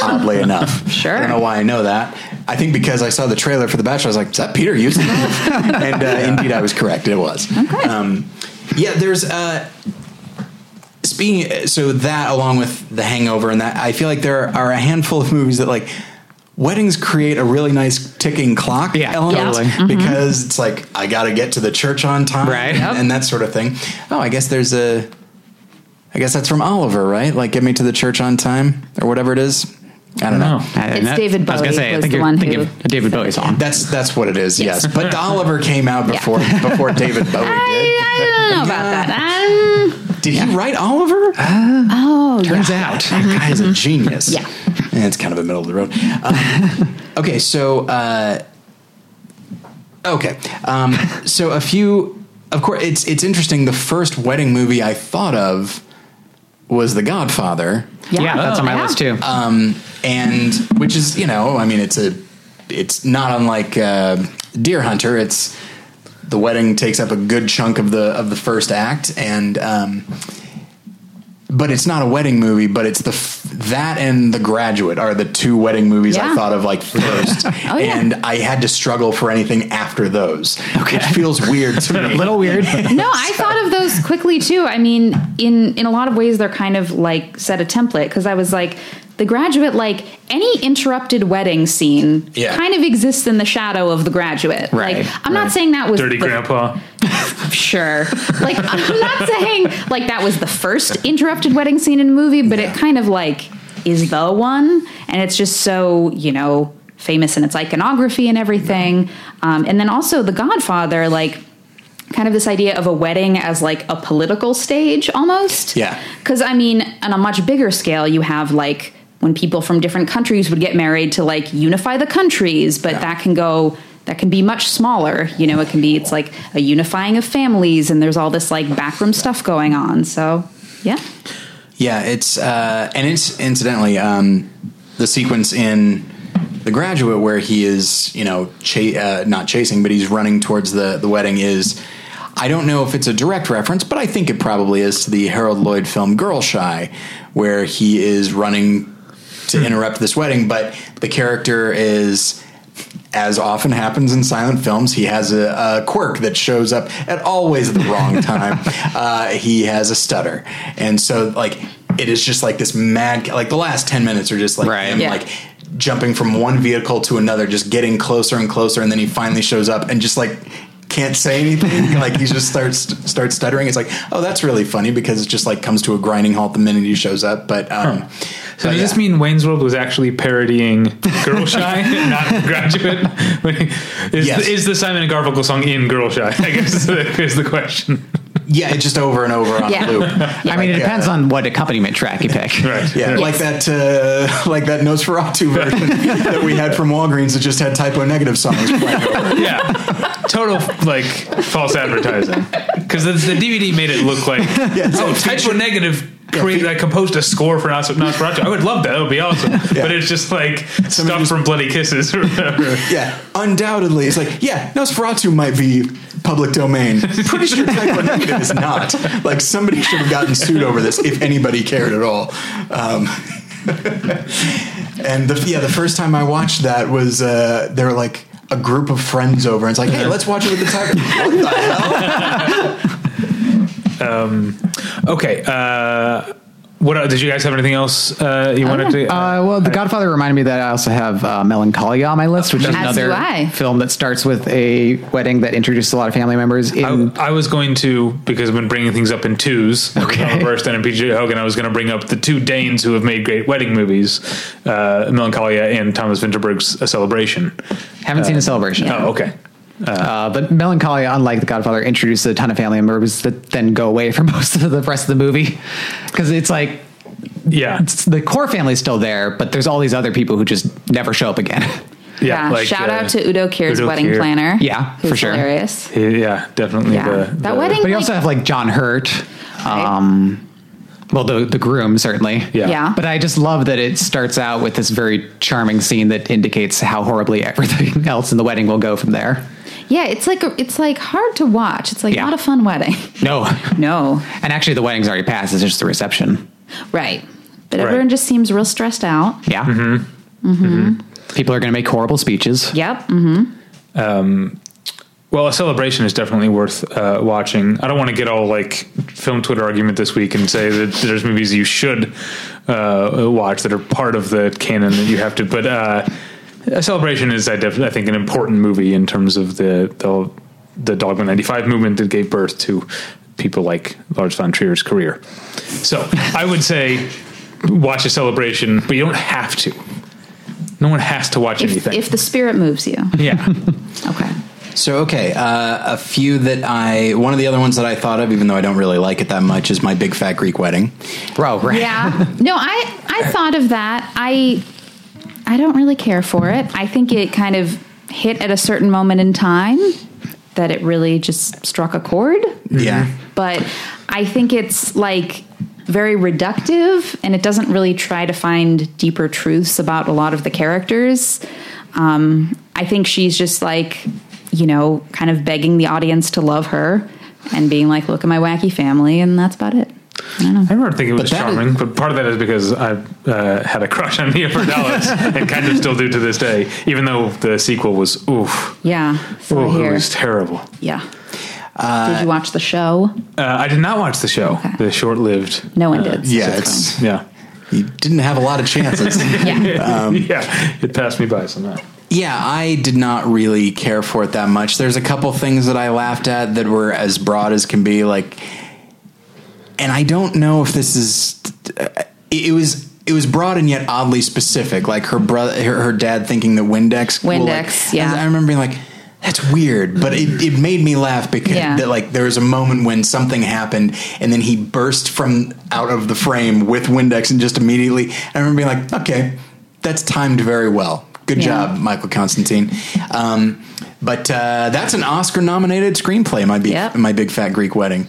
Speaker 1: oddly enough.
Speaker 5: Sure.
Speaker 1: I don't know why I know that. I think because I saw the trailer for The Bachelor, I was like, is that Peter Ustinov? and uh, indeed, I was correct. It was. Okay. Um, yeah, there's. Uh, Speaking so that along with The Hangover and that I feel like there are a handful of movies that like weddings create a really nice ticking clock
Speaker 3: Yeah,
Speaker 1: element
Speaker 5: totally.
Speaker 1: because it's like I got to get to the church on time
Speaker 3: Right.
Speaker 1: and,
Speaker 3: Yep.
Speaker 1: and that sort of thing. Oh, I guess there's a I guess that's from Oliver, right? Like get me to the church on time or whatever it is. I don't know.
Speaker 3: Uh, And
Speaker 5: It's David
Speaker 3: I was gonna
Speaker 5: Bowie
Speaker 3: say, I
Speaker 5: was
Speaker 3: think
Speaker 5: the
Speaker 3: you're
Speaker 5: one
Speaker 3: thinking
Speaker 5: who-
Speaker 3: of a David Bowie song.
Speaker 1: That's that's what it is. Yes,
Speaker 5: Yes.
Speaker 1: but Oliver came out before before David Bowie did.
Speaker 5: I don't know about that. Um,
Speaker 1: Did he write Oliver?
Speaker 5: oh, yeah.
Speaker 3: Turns out.
Speaker 1: That guy is a genius.
Speaker 5: mm-hmm. Yeah.
Speaker 1: And it's kind of a middle of the road. Um, okay, so uh, okay, um, so a few. Of course, it's it's interesting. The first wedding movie I thought of was The Godfather,
Speaker 3: Yeah, that's on my
Speaker 5: Yeah.
Speaker 3: list too.
Speaker 1: um, and which is you know, I mean, it's a it's not unlike uh, Deer Hunter. It's the wedding takes up a good chunk of the of the first act, and um, but it's not a wedding movie. But it's the f- that and The Graduate are the two wedding movies I
Speaker 5: Yeah.
Speaker 1: thought of like first,
Speaker 5: Oh, yeah.
Speaker 1: and I had to struggle for anything after those, okay. which feels weird to me.
Speaker 3: a little weird.
Speaker 5: No, I thought of those quickly too. I mean, in in a lot of ways, they're kind of like set a template because I was like, The Graduate, like any interrupted wedding scene,
Speaker 1: Yeah.
Speaker 5: kind of exists in the shadow of The Graduate.
Speaker 3: Right,
Speaker 5: Like, I'm not saying that was
Speaker 2: Dirty
Speaker 5: the-
Speaker 2: grandpa.
Speaker 5: sure. Like, I'm not saying like that was the first interrupted wedding scene in a movie, but it kind of like is the one, and it's just so you know famous in its iconography and everything. Um, and then also The Godfather, like kind of this idea of a wedding as like a political stage almost.
Speaker 1: Yeah.
Speaker 5: Because I mean, on a much bigger scale, you have like when people from different countries would get married to like unify the countries, but that can go that can be much smaller. You know, it can be it's like a unifying of families, and there's all this like backroom stuff going on. So yeah,
Speaker 1: Yeah, it's uh, and it's incidentally um, the sequence in The Graduate where he is, you know, cha- uh, not chasing, but he's running towards the the wedding is. I don't know if it's a direct reference, but I think it probably is to the Harold Lloyd film Girl Shy, where he is running to interrupt this wedding, but the character is. As often happens in silent films, he has a, a quirk that shows up at always the wrong time. uh, he has a stutter, and so like it is just like this mad. Like the last ten minutes are just like
Speaker 3: Right.
Speaker 1: him
Speaker 5: Yeah.
Speaker 1: like jumping from one vehicle to another, just getting closer and closer, and then he finally shows up and just like can't say anything. like he just starts starts stuttering. It's like, oh, that's really funny because it just like comes to a grinding halt the minute he shows up. But um,
Speaker 2: So
Speaker 1: but
Speaker 2: does this
Speaker 1: yeah.
Speaker 2: mean Wayne's World was actually parodying Girl Shy, not The Graduate? is,
Speaker 1: Yes.
Speaker 2: is the Simon and Garfunkel song in Girl Shy? I guess is the, is the question.
Speaker 1: Yeah, it's just over and over on
Speaker 5: Yeah.
Speaker 1: loop.
Speaker 3: I mean, it
Speaker 1: Like, uh,
Speaker 3: depends on what accompaniment track you pick.
Speaker 2: Right.
Speaker 1: Yeah, like that, uh, like that Nosferatu version that we had from Walgreens that just had typo negative songs. playing over it.
Speaker 2: Yeah. Total like false advertising because the, the DVD made it look like oh typo negative. Create,
Speaker 1: fe-
Speaker 2: like composed a score for Nos- Nosferatu. I would love that. That would be awesome. But it's just like stuff
Speaker 1: just-
Speaker 2: from Bloody Kisses or whatever.
Speaker 1: Yeah, undoubtedly, it's like yeah, Nosferatu might be public domain. Pretty sure typo negative is not. Like somebody should have gotten sued over this if anybody cared at all. Um, and the, yeah, the first time I watched that was uh, they were like a group of friends over, and it's like hey, let's watch it with the typo. What the hell?
Speaker 2: Okay. Uh, what el- did you guys have anything else uh, you wanted to?
Speaker 3: Uh, well, The Godfather reminded me that I also have uh, Melancholia on my list, which is
Speaker 5: As do
Speaker 3: another
Speaker 5: I.
Speaker 3: film that starts with a wedding that introduces a lot of family members. In
Speaker 2: I, I was going to because I've been bringing things up in twos. Okay. First and PJ Hogan. I was going to bring up the two Danes who have made great wedding movies, uh, Melancholia and Thomas Vinterberg's A Celebration.
Speaker 3: haven't seen a celebration,
Speaker 2: Oh, okay.
Speaker 3: uh, but Melancholia, unlike The Godfather, introduces a ton of family members that then go away for most of the rest of the movie because it's like
Speaker 2: Yeah.
Speaker 3: it's- the core family's still there, but there's all these other people who just never show up again.
Speaker 2: Yeah. like,
Speaker 5: Shout
Speaker 2: uh,
Speaker 5: out to Udo Kier's
Speaker 2: Udo
Speaker 5: wedding
Speaker 2: Kier.
Speaker 5: planner.
Speaker 3: Yeah,
Speaker 5: who's
Speaker 3: for sure.
Speaker 5: Hilarious.
Speaker 2: Yeah, definitely.
Speaker 5: Yeah,
Speaker 2: The,
Speaker 5: that
Speaker 2: the-
Speaker 5: wedding.
Speaker 3: But you
Speaker 5: like-
Speaker 3: also have like John Hurt, um, well, the the groom certainly,
Speaker 2: Yeah.
Speaker 5: Yeah.
Speaker 3: But I just love that it starts out with this very charming scene that indicates how horribly everything else in the wedding will go from there.
Speaker 5: Yeah, it's like a, it's like hard to watch. It's like
Speaker 3: Yeah.
Speaker 5: not a fun wedding.
Speaker 3: No.
Speaker 5: No,
Speaker 3: And actually, the wedding's already passed. It's just the reception.
Speaker 5: right. But
Speaker 2: Right.
Speaker 5: everyone just seems real stressed out.
Speaker 3: Yeah. Mm-hmm. People are going to make horrible speeches.
Speaker 5: Yep. Mm-hmm.
Speaker 2: Well, a celebration is definitely worth uh, watching. I don't want to get all like film Twitter argument this week and say that there's movies you should uh, watch that are part of the canon that you have to. But uh, a celebration is, I, def- I think, an important movie in terms of the the, the Dogma '95 movement that gave birth to people like Lars von Trier's career. So I would say watch a celebration, but you don't have to. No one has to watch
Speaker 5: If,
Speaker 2: anything.
Speaker 5: if the spirit moves you.
Speaker 2: yeah.
Speaker 5: Okay.
Speaker 1: So okay, uh, a few that I one of the other ones that I thought of, even though I don't really like it that much, is my big fat Greek wedding.
Speaker 3: Bro, right.
Speaker 5: Yeah. No, I I thought of that. I I don't really care for it. I think it kind of hit at a certain moment in time that it really just struck a chord.
Speaker 1: Yeah,
Speaker 5: But I think it's like very reductive and it doesn't really try to find deeper truths about a lot of the characters. Um, I think she's just like, you know, kind of begging the audience to love her and being like, look at my wacky family, and that's about it.
Speaker 2: I remember thinking it was
Speaker 1: that
Speaker 2: charming, but part of that is because I uh, had a crush on Mia Dallas and kind of still do to this day, even though the sequel was oof,
Speaker 5: Yeah. So
Speaker 2: ooh, it
Speaker 5: here.
Speaker 2: was terrible.
Speaker 5: Yeah. did you watch the show?
Speaker 2: Uh, I did not watch the show, the short-lived. uh,
Speaker 5: No one did.
Speaker 1: yeah, it's
Speaker 2: Yeah,
Speaker 1: you didn't have a lot of chances.
Speaker 5: Yeah.
Speaker 2: Um,
Speaker 1: Um,
Speaker 2: yeah, it passed me by somehow.
Speaker 1: yeah, I did not really care for it that much. There's a couple things that I laughed at that were as broad as can be, like, and I don't know if this is. uh, It, it was. It was broad and yet oddly specific, like her brother, her, her dad thinking that Windex. will, like-
Speaker 5: Windex, yeah.
Speaker 1: I remember being like, "That's weird," but it, it made me laugh because
Speaker 5: Yeah.
Speaker 1: that, like there was a moment when something happened, and then he burst from out of the frame with Windex, and just immediately, I remember being like, "Okay, that's timed very well. Good
Speaker 5: Yeah.
Speaker 1: job, Michael Constantine." Um, but uh, that's an Oscar-nominated screenplay. My big,
Speaker 5: Yep. Mm-hmm.
Speaker 1: my big fat Greek wedding.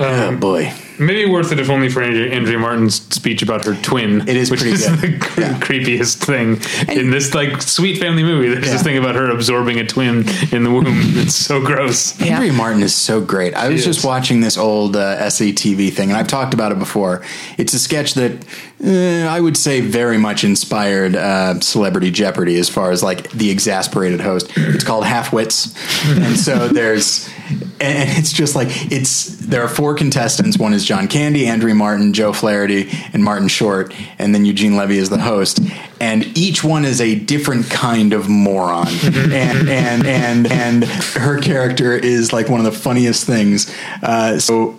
Speaker 1: oh boy,
Speaker 2: Maybe worth it if only for Andrea, Andrea Martin's speech about her twin.
Speaker 1: It is
Speaker 2: which
Speaker 1: pretty
Speaker 2: is
Speaker 1: good.
Speaker 2: the cre-
Speaker 1: Yeah.
Speaker 2: creepiest thing in this like sweet family movie. There's
Speaker 1: Yeah.
Speaker 2: this thing about her absorbing a twin in the womb. It's so gross.
Speaker 5: Yeah.
Speaker 1: Andrea Martin is so great. I was
Speaker 2: is.
Speaker 1: just watching this old uh, SATV thing, and I've talked about it before. It's a sketch that eh, I would say very much inspired uh, Celebrity Jeopardy as far as like the exasperated host. It's called Half Wits, and so there's and it's just like it's there are four contestants. One is John Candy, Andrea Martin, Joe Flaherty, and Martin Short, and then Eugene Levy is the host. And each one is a different kind of moron. and and and and her character is like one of the funniest things. Uh, so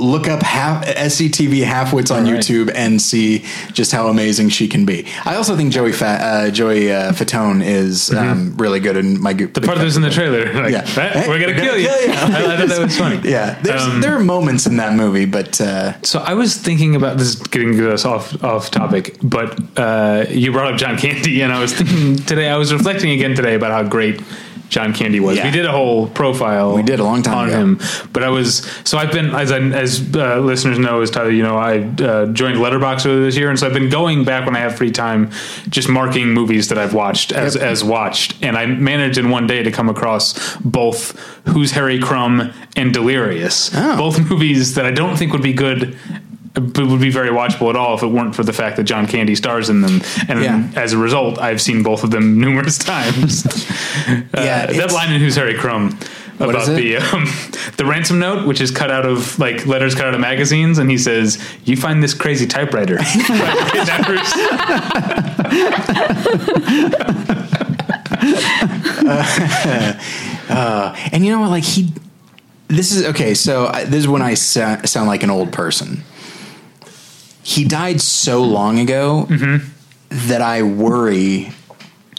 Speaker 1: look up half SCTV halfwits on YouTube and see just how amazing she can be. I also think Joey Fa- uh, Joey uh, Fatone is um, really good in my group.
Speaker 2: Mm-hmm. The part that was in the trailer, like,
Speaker 1: Yeah.
Speaker 2: "Eh, we're gonna kill you. I, I thought that was funny.
Speaker 1: Yeah, there's,
Speaker 2: Um,
Speaker 1: there are moments in that movie, but uh,
Speaker 2: So I was thinking about this is getting us off off topic, but uh, you brought up John Candy, and I was thinking today. I was reflecting again today about how great John Candy was.
Speaker 1: Yeah.
Speaker 2: We did a whole profile.
Speaker 1: We did a long time
Speaker 2: on
Speaker 1: ago.
Speaker 2: him, but I was so I've been as I, as uh, listeners know as Tyler, you know, I uh, joined Letterboxd earlier this year, and so I've been going back when I have free time, just marking movies that I've watched as as watched, and I managed in one day to come across both Who's Harry Crumb and Delirious
Speaker 1: Oh.
Speaker 2: both movies that I don't think would be good but would be very watchable at all if it weren't for the fact that John Candy stars in them and
Speaker 1: Yeah.
Speaker 2: as a result I've seen both of them numerous times Uh,
Speaker 1: Yeah,
Speaker 2: that
Speaker 1: it's-
Speaker 2: line in Who's Harry Crumb
Speaker 1: is
Speaker 2: about
Speaker 1: it?
Speaker 2: the um, the ransom note which is cut out of like letters cut out of magazines and he says you find this crazy typewriter That
Speaker 1: and you know what? Like he, this is okay. So I, this is when I sa- sound like an old person. He died so long ago
Speaker 2: Mm-hmm.
Speaker 1: that I worry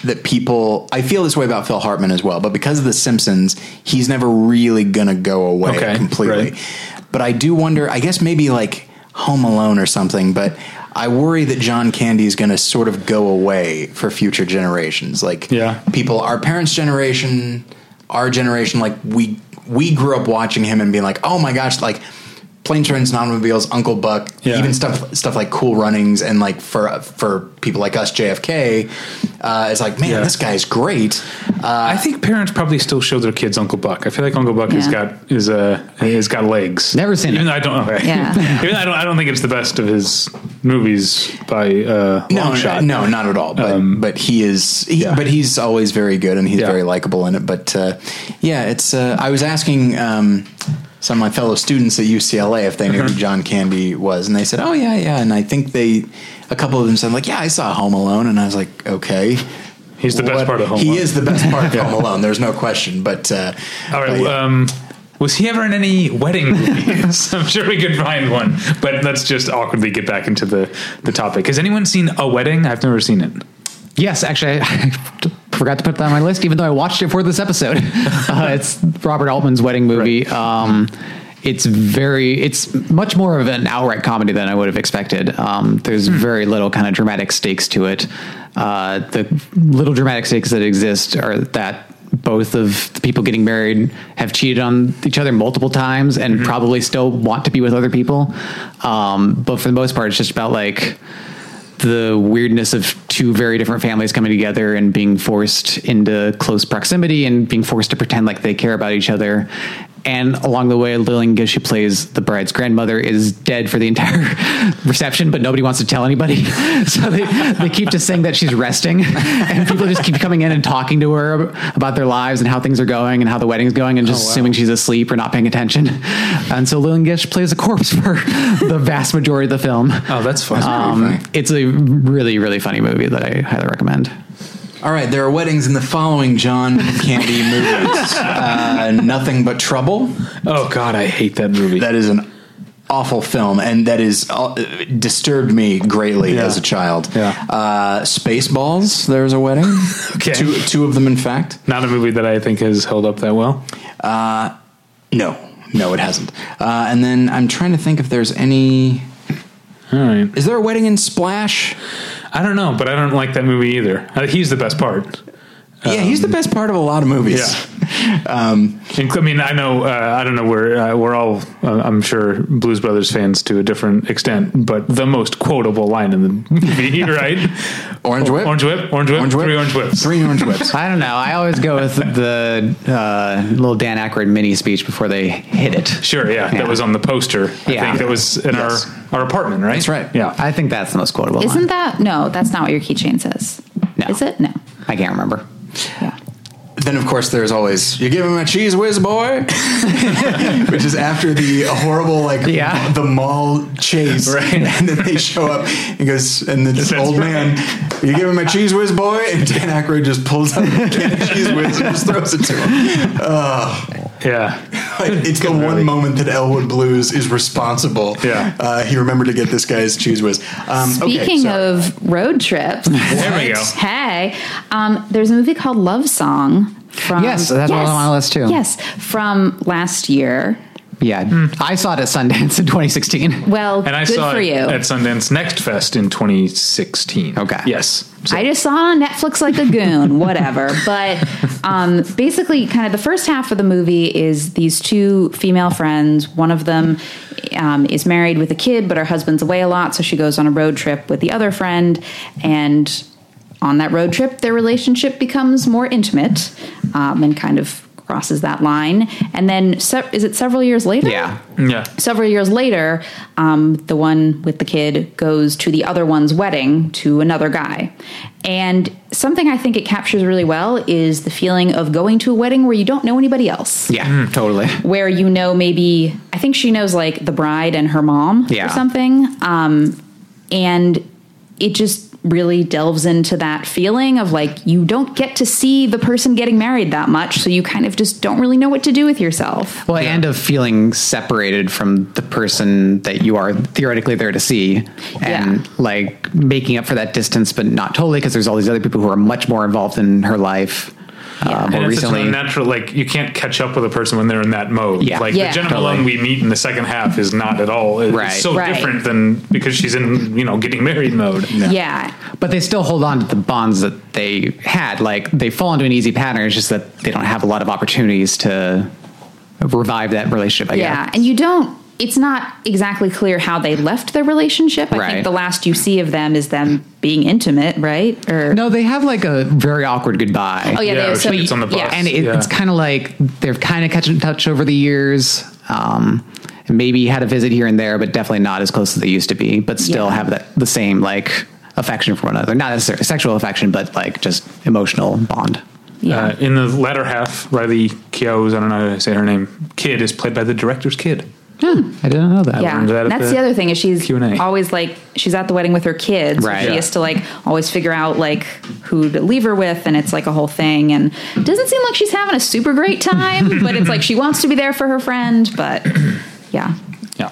Speaker 1: that people. I feel this way about Phil Hartman as well, but because of The Simpsons, he's never really gonna go away
Speaker 2: Okay,
Speaker 1: completely.
Speaker 2: right.
Speaker 1: But I do wonder. I guess maybe like Home Alone or something, but. I worry that John Candy is going to sort of go away for future generations. Like,
Speaker 2: Yeah.
Speaker 1: people our parents generation our generation like we we grew up watching him and being like oh my gosh like plane trains, and automobiles, Uncle Buck,
Speaker 2: Yeah.
Speaker 1: even stuff stuff like Cool Runnings, and like for for people like us, JFK, uh, it's like man,
Speaker 2: Yeah.
Speaker 1: this guy's great. Uh,
Speaker 2: I think parents probably still show their kids Uncle Buck. I feel like Uncle Buck has
Speaker 5: Yeah.
Speaker 2: got is uh, has got legs.
Speaker 3: Never seen
Speaker 2: Even
Speaker 3: it.
Speaker 2: though I don't. Okay.
Speaker 5: Yeah.
Speaker 2: Even though I don't. I don't think it's the best of his movies by uh,
Speaker 1: No,
Speaker 2: long shot. Um,
Speaker 1: no, not at all. But but he is, he,
Speaker 2: Yeah.
Speaker 1: but he's always very good and he's
Speaker 2: Yeah.
Speaker 1: very likable in it. But uh, yeah, it's. Uh, I was asking um, some of my fellow students at UCLA if they knew
Speaker 2: Mm-hmm.
Speaker 1: who John Candy was, and they said, "Oh yeah, yeah." And I think they, a couple of them said, "Like yeah, I saw Home Alone," and I was like, "Okay."
Speaker 2: He's the best
Speaker 1: What-
Speaker 2: part of Home
Speaker 1: He
Speaker 2: Alone.
Speaker 1: is the best part of Home Alone. There's no question. But uh,
Speaker 2: All right.
Speaker 1: but, yeah.
Speaker 2: Um, was he ever in any wedding movies? I'm sure we could find one, but let's just awkwardly get back into the, the topic. Has anyone seen a wedding? I've never seen it.
Speaker 3: Yes, actually, I forgot to put that on my list, even though I watched it for this episode. uh, it's Robert Altman's wedding movie. Um, it's very, it's much more of an outright comedy than I would have expected. Um, there's very little kind of dramatic stakes to it. Uh, the little dramatic stakes that exist are that both of the people getting married have cheated on each other multiple times and probably still want to be with other people. Um, but for the most part, it's just about like, the weirdness of two very different families coming together and being forced into close proximity and being forced to pretend like they care about each other. And along the way, Lillian, who plays the bride's grandmother, is dead for the entire reception, but nobody wants to tell anybody. So they, they keep just saying that she's resting. And people just keep coming in and talking to her about their lives and how things are going and how the wedding's going and
Speaker 2: Oh,
Speaker 3: just assuming she's asleep or not paying attention. And so Lillian Gish plays a corpse for the vast majority of the film.
Speaker 2: Oh, that's fun.
Speaker 3: Um, it's a really, really funny movie that I highly recommend.
Speaker 1: All right, there are weddings in the following John Candy movies: uh, Nothing But Trouble.
Speaker 2: oh God, I hate that movie.
Speaker 1: That is an awful film, and that is uh, disturbed me greatly
Speaker 2: Yeah.
Speaker 1: as a child.
Speaker 2: Yeah.
Speaker 1: Uh, Spaceballs. There's a wedding.
Speaker 2: Okay.
Speaker 1: Two, two of them, in fact.
Speaker 2: Not a movie that I think has held up that well.
Speaker 1: No, no, it hasn't. Uh, and then I'm trying to think if there's any.
Speaker 2: All right.
Speaker 1: Is there a wedding in Splash?
Speaker 2: I don't know, but I don't like that movie either. Uh, He's the best part. Um,
Speaker 1: yeah, he's the best part of a lot of movies. Um,
Speaker 2: Inc- I mean, I know, uh, I don't know. We're uh, we're all, uh, I'm sure, Blues Brothers fans to a different extent, but the most quotable line in the movie, right?
Speaker 1: Orange Whip?
Speaker 2: Orange Whip, Orange Whip,
Speaker 1: Orange Whip?
Speaker 2: three Orange Whips.
Speaker 1: Three Orange Whips.
Speaker 3: I don't know. I always go with the uh, little Dan Aykroyd mini speech before they hit it.
Speaker 2: Sure, yeah,
Speaker 3: Yeah.
Speaker 2: that was on the poster. I
Speaker 3: Yeah.
Speaker 2: think that was in
Speaker 1: Yes.
Speaker 2: our our apartment, right?
Speaker 1: That's right.
Speaker 2: Yeah.
Speaker 3: I think that's the most quotable.
Speaker 5: Isn't
Speaker 3: line.
Speaker 5: that no? That's not what your keychain says.
Speaker 3: No.
Speaker 5: Is it? No.
Speaker 3: I can't remember.
Speaker 5: Yeah.
Speaker 1: then of course there's always you give him a cheese whiz boy which is after the horrible like
Speaker 3: Yeah.
Speaker 1: the mall chase
Speaker 2: Right.
Speaker 1: and then they show up and goes and then this
Speaker 2: That's
Speaker 1: old
Speaker 2: right.
Speaker 1: man you give him a cheese whiz boy and Dan Aykroyd just pulls out a can of cheese whiz and just throws it to him
Speaker 2: Yeah.
Speaker 1: Like, it's the one moment that Elwood Blues is responsible
Speaker 2: Yeah.
Speaker 1: uh, he remembered to get this guy's cheese whiz um,
Speaker 5: Speaking of road trips,
Speaker 2: There we go.
Speaker 5: hey, um, there's a movie called Love Song. From,
Speaker 3: Yes, that's on my list too.
Speaker 5: Yes, from last year.
Speaker 3: Yeah,
Speaker 2: Hmm.
Speaker 3: I saw it at Sundance in 2016.
Speaker 5: Well,
Speaker 2: And I
Speaker 5: good
Speaker 2: saw
Speaker 5: for
Speaker 2: it
Speaker 5: you.
Speaker 2: at Sundance Next Fest in 2016.
Speaker 3: Okay.
Speaker 2: Yes. So-
Speaker 5: I just saw it on Netflix like a goon, whatever. But um, basically, kind of the first half of the movie is these two female friends. One of them um, is married with a kid, but her husband's away a lot, so she goes on a road trip with the other friend. And on that road trip, their relationship becomes more intimate um, and kind of crosses that line. And then, se- is it several years later?
Speaker 3: Yeah,
Speaker 2: yeah.
Speaker 5: several years later, um, the one with the kid goes to the other one's wedding to another guy. And something I think it captures really well is the feeling of going to a wedding where you don't know anybody else.
Speaker 3: yeah,
Speaker 2: Hmm.
Speaker 3: totally.
Speaker 5: Where you know maybe, I think she knows like the bride and her mom
Speaker 3: Yeah.
Speaker 5: or something. Um, and it just really delves into that feeling of like you don't get to see the person getting married that much. So you kind of just don't really know what to do with yourself.
Speaker 3: Well, and of feeling separated from the person that you are theoretically there to see, and
Speaker 5: Yeah.
Speaker 3: like making up for that distance, but not totally, because there's all these other people who are much more involved in her life.
Speaker 5: Yeah.
Speaker 3: Uh, more
Speaker 2: And it's such
Speaker 3: recently,
Speaker 2: a natural, like you can't catch up with a person when they're in that mode.
Speaker 3: Yeah.
Speaker 2: Like
Speaker 5: Yeah.
Speaker 2: the Jenna
Speaker 3: Totally.
Speaker 2: Malone we meet in the second half is not at all. It's
Speaker 3: Right.
Speaker 2: so
Speaker 5: Right.
Speaker 2: different than because she's in you know getting married mode.
Speaker 5: yeah.
Speaker 3: But they still hold on to the bonds that they had. Like they fall into an easy pattern. It's just that they don't have a lot of opportunities to revive that relationship. I
Speaker 5: Yeah,
Speaker 3: guess.
Speaker 5: and you don't it's not exactly clear how they left their relationship. I
Speaker 3: Right.
Speaker 5: think the last you see of them is them being intimate, right? Or
Speaker 3: No, they have like a very awkward goodbye.
Speaker 5: oh
Speaker 2: Yeah,
Speaker 5: yeah, they
Speaker 2: or
Speaker 5: have some,
Speaker 2: she gets on the bus.
Speaker 5: yeah.
Speaker 3: and it,
Speaker 2: Yeah.
Speaker 3: it's kind of like they've kind of kept in touch over the years. Um, and maybe had a visit here and there, but definitely not as close as they used to be. But still
Speaker 5: Yeah.
Speaker 3: have that the same like affection for one another. Not necessarily sexual affection, but like just emotional bond.
Speaker 5: Yeah.
Speaker 2: Uh, in the latter half, Riley Keogh's, I don't know how to say her name, kid is played by the director's kid.
Speaker 3: I didn't know that.
Speaker 5: yeah,
Speaker 2: learned that at
Speaker 5: that's
Speaker 2: the
Speaker 5: the, other thing is she's
Speaker 2: Q&A.
Speaker 5: always like she's at the wedding with her kids.
Speaker 3: Right.
Speaker 5: She
Speaker 3: Yeah.
Speaker 5: has to like always figure out like who to leave her with, and it's like a whole thing. And it doesn't seem like she's having a super great time, but it's like she wants to be there for her friend. But yeah,
Speaker 2: Yeah.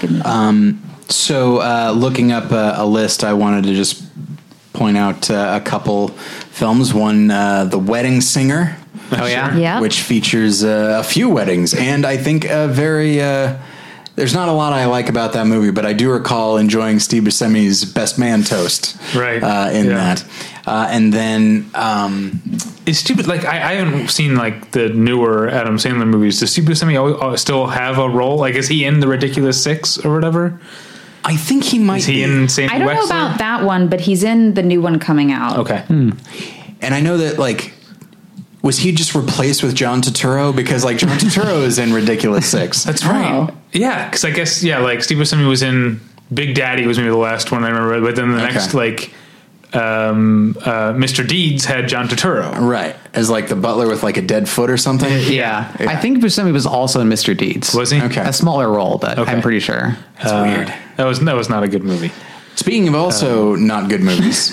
Speaker 5: good movie.
Speaker 2: Um,
Speaker 1: So, uh, looking up a, a list, I wanted to just point out uh, a couple films. One, uh, The Wedding Singer,
Speaker 3: Oh yeah.
Speaker 5: Yeah.
Speaker 1: which features uh, a few weddings, and I think a very. Uh, there's not a lot I like about that movie, but I do recall enjoying Steve Buscemi's Best Man toast,
Speaker 2: Right.
Speaker 1: Uh, in
Speaker 2: Yeah.
Speaker 1: that, uh, and then um,
Speaker 2: It's stupid. Like I, I haven't seen like the newer Adam Sandler movies. Does Steve Buscemi always, always still have a role? Like is he in the Ridiculous Six or whatever?
Speaker 1: I think he might
Speaker 2: Is he
Speaker 1: be
Speaker 2: in Sandy
Speaker 5: I don't know
Speaker 2: Wexler?
Speaker 5: about that one, but he's in the new one coming out.
Speaker 2: Okay.
Speaker 1: And I know that like was he just replaced with John Turturro because like John Turturro is in Ridiculous Six.
Speaker 2: That's right. Yeah, because I guess yeah, like Steve Buscemi was in Big Daddy was maybe the last one I remember, but then the
Speaker 1: Okay.
Speaker 2: next like um, uh, Mr. Deeds had John Turturro.
Speaker 1: right. As like the butler with like a dead foot or something.
Speaker 3: Yeah. I think Buscemi was also in Mr. Deeds.
Speaker 2: Was he?
Speaker 1: Okay.
Speaker 3: A smaller role, but
Speaker 2: Okay.
Speaker 3: I'm pretty sure.
Speaker 1: That's weird.
Speaker 2: That was that was not a good movie.
Speaker 1: Uh, Speaking of also
Speaker 2: Um,
Speaker 1: not good movies,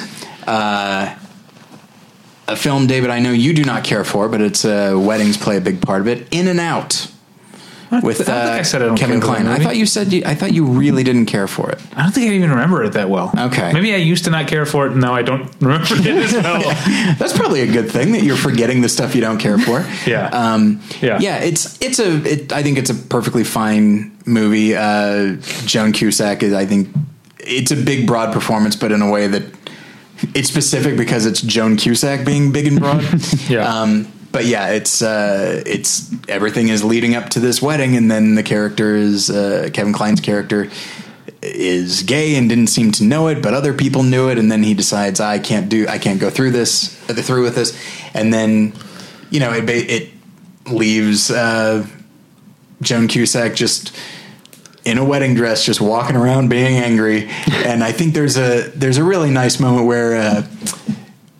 Speaker 1: uh, a film, David, I know you do not care for, but it's uh, weddings play a big part of it. In and Out
Speaker 2: I
Speaker 1: with
Speaker 2: don't think
Speaker 1: uh,
Speaker 2: I said I don't
Speaker 1: Kevin
Speaker 2: care for that
Speaker 1: Kline. I
Speaker 2: movie.
Speaker 1: thought you said you, I thought you really didn't care for it.
Speaker 2: I don't think I even remember it that well.
Speaker 1: Okay.
Speaker 2: Maybe I used to not care for it. and Now I don't remember it as well.
Speaker 1: That's probably a good thing that you're forgetting the stuff you don't care for.
Speaker 2: Yeah.
Speaker 1: Um,
Speaker 2: Yeah.
Speaker 1: yeah. It's it's a it, I think it's a perfectly fine movie. Uh, Joan Cusack is I think it's a big broad performance, but in a way that it's specific because it's Joan Cusack being big and broad.
Speaker 2: Yeah.
Speaker 1: Um, but yeah, it's uh, it's everything is leading up to this wedding, and then the character is uh, Kevin Klein's character is gay and didn't seem to know it, but other people knew it, and then he decides I can't do I can't go through this uh, through with this, and then you know it ba- it leaves uh, Joan Cusack just in a wedding dress, just walking around being angry. And I think there's a there's a really nice moment where uh,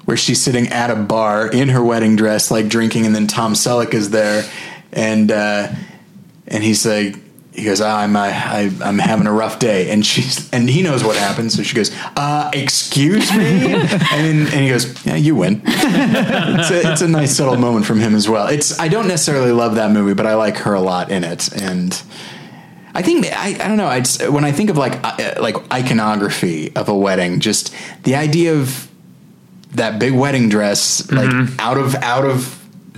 Speaker 1: where she's sitting at a bar in her wedding dress, like drinking, and then Tom Selleck is there, and uh, and he's like. He goes, ah, I'm, I, I, I'm having a rough day. And she's, and he knows what happened. So she goes, uh, excuse me. and, then, and he goes, yeah, you win. it's, a, it's a nice subtle moment from him as well. It's, I don't necessarily love that movie, but I like her a lot in it. And, I think I, I don't know. I just, when I think of like uh, like iconography of a wedding, just the idea of that big wedding dress, like
Speaker 2: Mm-hmm.
Speaker 1: out of out of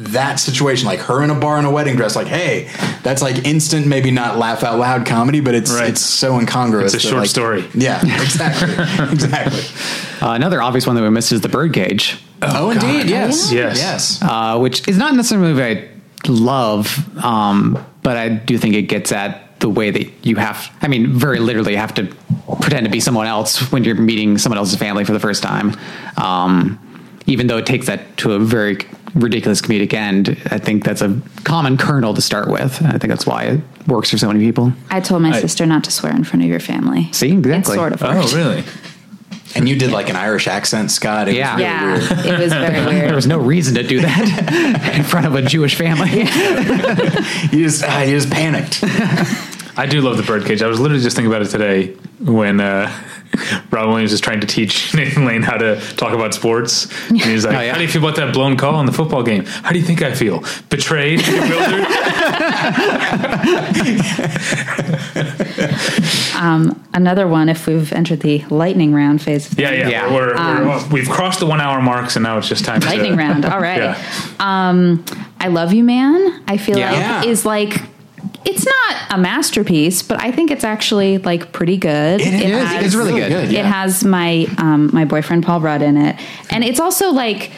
Speaker 1: that situation, like her in a bar in a wedding dress, like hey, that's like instant, maybe not laugh out loud comedy, but it's
Speaker 2: Right.
Speaker 1: it's so incongruous.
Speaker 2: It's a
Speaker 1: that,
Speaker 2: short
Speaker 1: like-
Speaker 2: story.
Speaker 1: Yeah, exactly, exactly.
Speaker 3: Uh, another obvious one that we missed is The Birdcage.
Speaker 1: Oh, indeed, yes,
Speaker 2: yeah? Yes.
Speaker 1: yes.
Speaker 3: uh, which is not necessarily a movie I love, um, but I do think it gets at the way that you have, I mean, very literally have to pretend to be someone else when you're meeting someone else's family for the first time. Um, even though it takes that to a very ridiculous comedic end, I think that's a common kernel to start with. And I think that's why it works for so many people.
Speaker 5: I told my sister not to swear in front of your family.
Speaker 3: See,
Speaker 5: It
Speaker 3: exactly.
Speaker 5: sort of worked.
Speaker 2: Oh, really?
Speaker 1: And you did like an Irish accent, Scott. It was
Speaker 3: Yeah.
Speaker 1: really
Speaker 5: Yeah,
Speaker 1: weird.
Speaker 5: it was very
Speaker 3: There
Speaker 5: weird.
Speaker 3: was no reason to do that in front of a Jewish family.
Speaker 1: You just uh, you just panicked.
Speaker 2: I do love the birdcage. I was literally just thinking about it today when uh, Rob Williams is trying to teach Nathan Lane how to talk about sports. And he's like,
Speaker 3: yeah.
Speaker 2: How do you feel about that blown call in the football game? How do you think I feel? Betrayed? Bewildered?
Speaker 5: Um, Another one. If we've entered the lightning round phase, of
Speaker 2: yeah, yeah.
Speaker 3: Yeah.
Speaker 2: We're, we're, we've crossed the one hour marks and now it's just time to.
Speaker 5: Um, lightning round. All right.
Speaker 2: Yeah.
Speaker 5: Um, I love you, man. I feel
Speaker 3: Yeah.
Speaker 5: like
Speaker 1: Yeah.
Speaker 5: is like it's not a masterpiece, but I think it's actually like pretty good.
Speaker 1: It is. It's
Speaker 5: has-
Speaker 3: really good.
Speaker 5: It
Speaker 1: yeah.
Speaker 5: has my um, my boyfriend Paul Rudd in it, and it's also like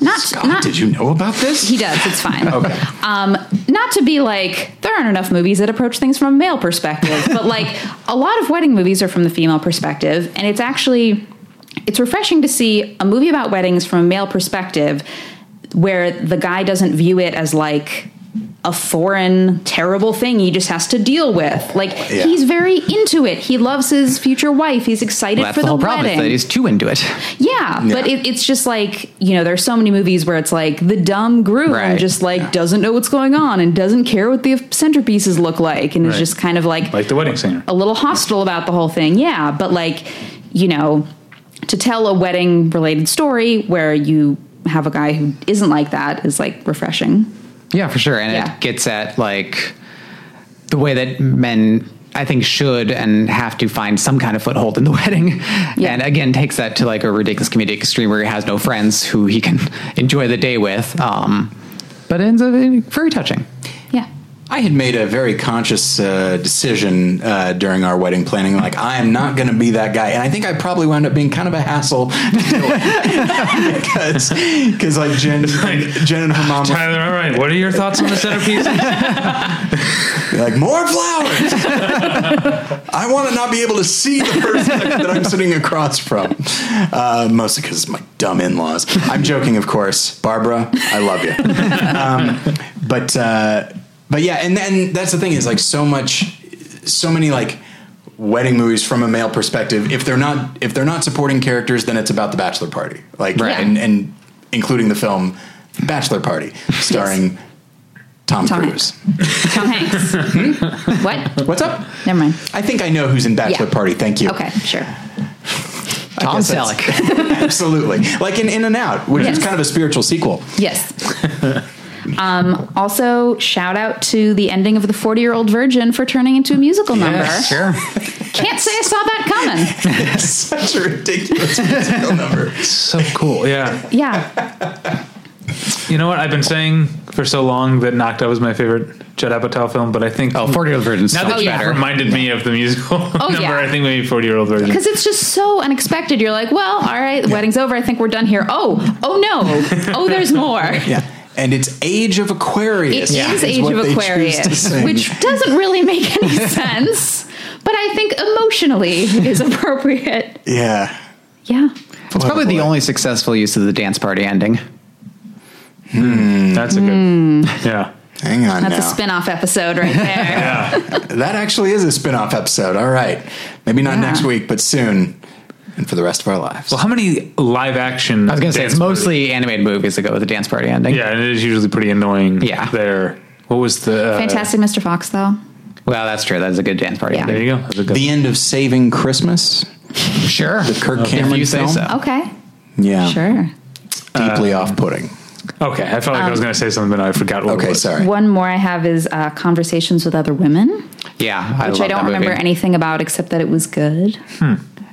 Speaker 5: Not,
Speaker 1: Scott,
Speaker 5: not
Speaker 1: did you know about this?
Speaker 5: He does. It's fine.
Speaker 1: Okay.
Speaker 5: Um, not to be like there aren't enough movies that approach things from a male perspective, but like a lot of wedding movies are from the female perspective, and it's actually it's refreshing to see a movie about weddings from a male perspective where the guy doesn't view it as like a foreign terrible thing he just has to deal with like
Speaker 1: Yeah.
Speaker 5: he's very into it he loves his future wife he's excited
Speaker 3: that's
Speaker 5: for
Speaker 3: the
Speaker 5: the,
Speaker 3: whole problem is
Speaker 5: wedding
Speaker 3: that he's too into it.
Speaker 5: yeah, but
Speaker 1: Yeah.
Speaker 5: it, it's just like you know, there's so many movies where it's like the dumb groom
Speaker 3: Right.
Speaker 5: just like doesn't know what's going on and doesn't care what the centerpieces look like, and is
Speaker 2: Right.
Speaker 5: just kind of like
Speaker 2: like the wedding singer.
Speaker 5: a little hostile about the whole thing. Yeah, but like, you know, to tell a wedding related story where you have a guy who isn't like that is like refreshing.
Speaker 3: Yeah, for sure. And
Speaker 5: Yeah.
Speaker 3: it gets at like the way that men I think should and have to find some kind of foothold in the wedding.
Speaker 5: Yeah.
Speaker 3: And again takes that to like a ridiculous comedic extreme where he has no friends who he can enjoy the day with. Um but it ends up being very touching.
Speaker 5: Yeah.
Speaker 1: I had made a very conscious uh, decision uh, during our wedding planning. Like, I am not going to be that guy, and I think I probably wound up being kind of a hassle because, because like Jen, Jen and her mom were
Speaker 2: Tyler, all right. What are your thoughts on the centerpiece?
Speaker 1: like more flowers. I want to not be able to see the person that I'm sitting across from, uh, mostly because my dumb in-laws. I'm joking, of course. Barbara, I love you, um, but uh, but yeah, and then that's the thing is like so much, so many like wedding movies from a male perspective. If they're not if they're not supporting characters, then it's about the bachelor party, like
Speaker 3: Right.
Speaker 1: and, and including the film Bachelor Party, starring Tom,
Speaker 5: Tom
Speaker 1: Cruise.
Speaker 5: Tom Hanks. Hmm? what?
Speaker 1: What's up?
Speaker 5: Never mind.
Speaker 1: I think I know who's in Bachelor
Speaker 5: Yeah.
Speaker 1: Party. Thank you.
Speaker 5: Okay, sure.
Speaker 1: I
Speaker 3: Tom
Speaker 1: guess that's-
Speaker 3: Selleck.
Speaker 1: Absolutely. Like in In and Out, which
Speaker 5: Yes.
Speaker 1: is kind of a spiritual sequel.
Speaker 5: Yes. um, also, shout out to the ending of The 40 Year Old Virgin for turning into a musical number.
Speaker 3: sure.
Speaker 5: Can't say I saw that coming.
Speaker 1: It's such a ridiculous musical number.
Speaker 2: so cool. Yeah.
Speaker 5: Yeah.
Speaker 2: You know what? I've been saying for so long that Nocta was my favorite Judd Apatow film, but I think
Speaker 3: Oh, 40 year old virgin's so
Speaker 2: now that
Speaker 3: much
Speaker 2: you
Speaker 5: yeah.
Speaker 3: better.
Speaker 2: reminded me of the musical number,
Speaker 5: Oh, yeah.
Speaker 2: I think maybe forty year old version.
Speaker 5: Because it's just so unexpected. You're like, well, all right, the wedding's over. I think we're done here. Oh, oh no. Oh, there's more.
Speaker 1: Yeah. And it's Age of
Speaker 5: It
Speaker 1: Aquarius.
Speaker 5: is
Speaker 1: is
Speaker 5: Age
Speaker 1: what
Speaker 5: of
Speaker 1: they choose to
Speaker 5: Aquarius,
Speaker 1: sing.
Speaker 5: which doesn't really make any sense, but I think emotionally it is appropriate.
Speaker 1: yeah.
Speaker 5: Yeah.
Speaker 3: It's probably the only successful use of the dance party ending.
Speaker 2: That's a good.
Speaker 5: Hmm.
Speaker 2: Yeah.
Speaker 1: Hang on
Speaker 5: That's a
Speaker 1: now.
Speaker 5: spin off episode right there.
Speaker 1: that actually is a spin-off episode. All right. Maybe not
Speaker 5: Yeah.
Speaker 1: next week, but soon. And for the rest of our lives.
Speaker 2: Well, how many live action?
Speaker 3: I was going to say it's mostly animated movies that go with the dance party ending.
Speaker 2: Yeah, and it is usually pretty annoying.
Speaker 3: Yeah.
Speaker 2: There. What was the? Uh,
Speaker 5: Fantastic Mr. Fox, though.
Speaker 3: Well, that's true. That is a good dance party
Speaker 5: Yeah.
Speaker 2: There
Speaker 3: ending.
Speaker 2: you go. That's a good.
Speaker 1: the end of Saving Christmas,
Speaker 3: Sure.
Speaker 1: the Kirk
Speaker 3: if
Speaker 1: Cameron
Speaker 3: you say
Speaker 1: film.
Speaker 3: so.
Speaker 5: Okay.
Speaker 1: Yeah.
Speaker 5: Sure.
Speaker 1: Deeply off-putting.
Speaker 2: okay, I felt like I
Speaker 5: Um,
Speaker 2: was going to say something, but I forgot what. it
Speaker 1: Okay,
Speaker 2: was.
Speaker 1: sorry.
Speaker 5: One more I have is uh, Conversations with Other Women,
Speaker 3: Yeah, I
Speaker 5: which I,
Speaker 3: love
Speaker 5: don't
Speaker 3: that
Speaker 5: remember
Speaker 3: movie.
Speaker 5: anything about except that it was good.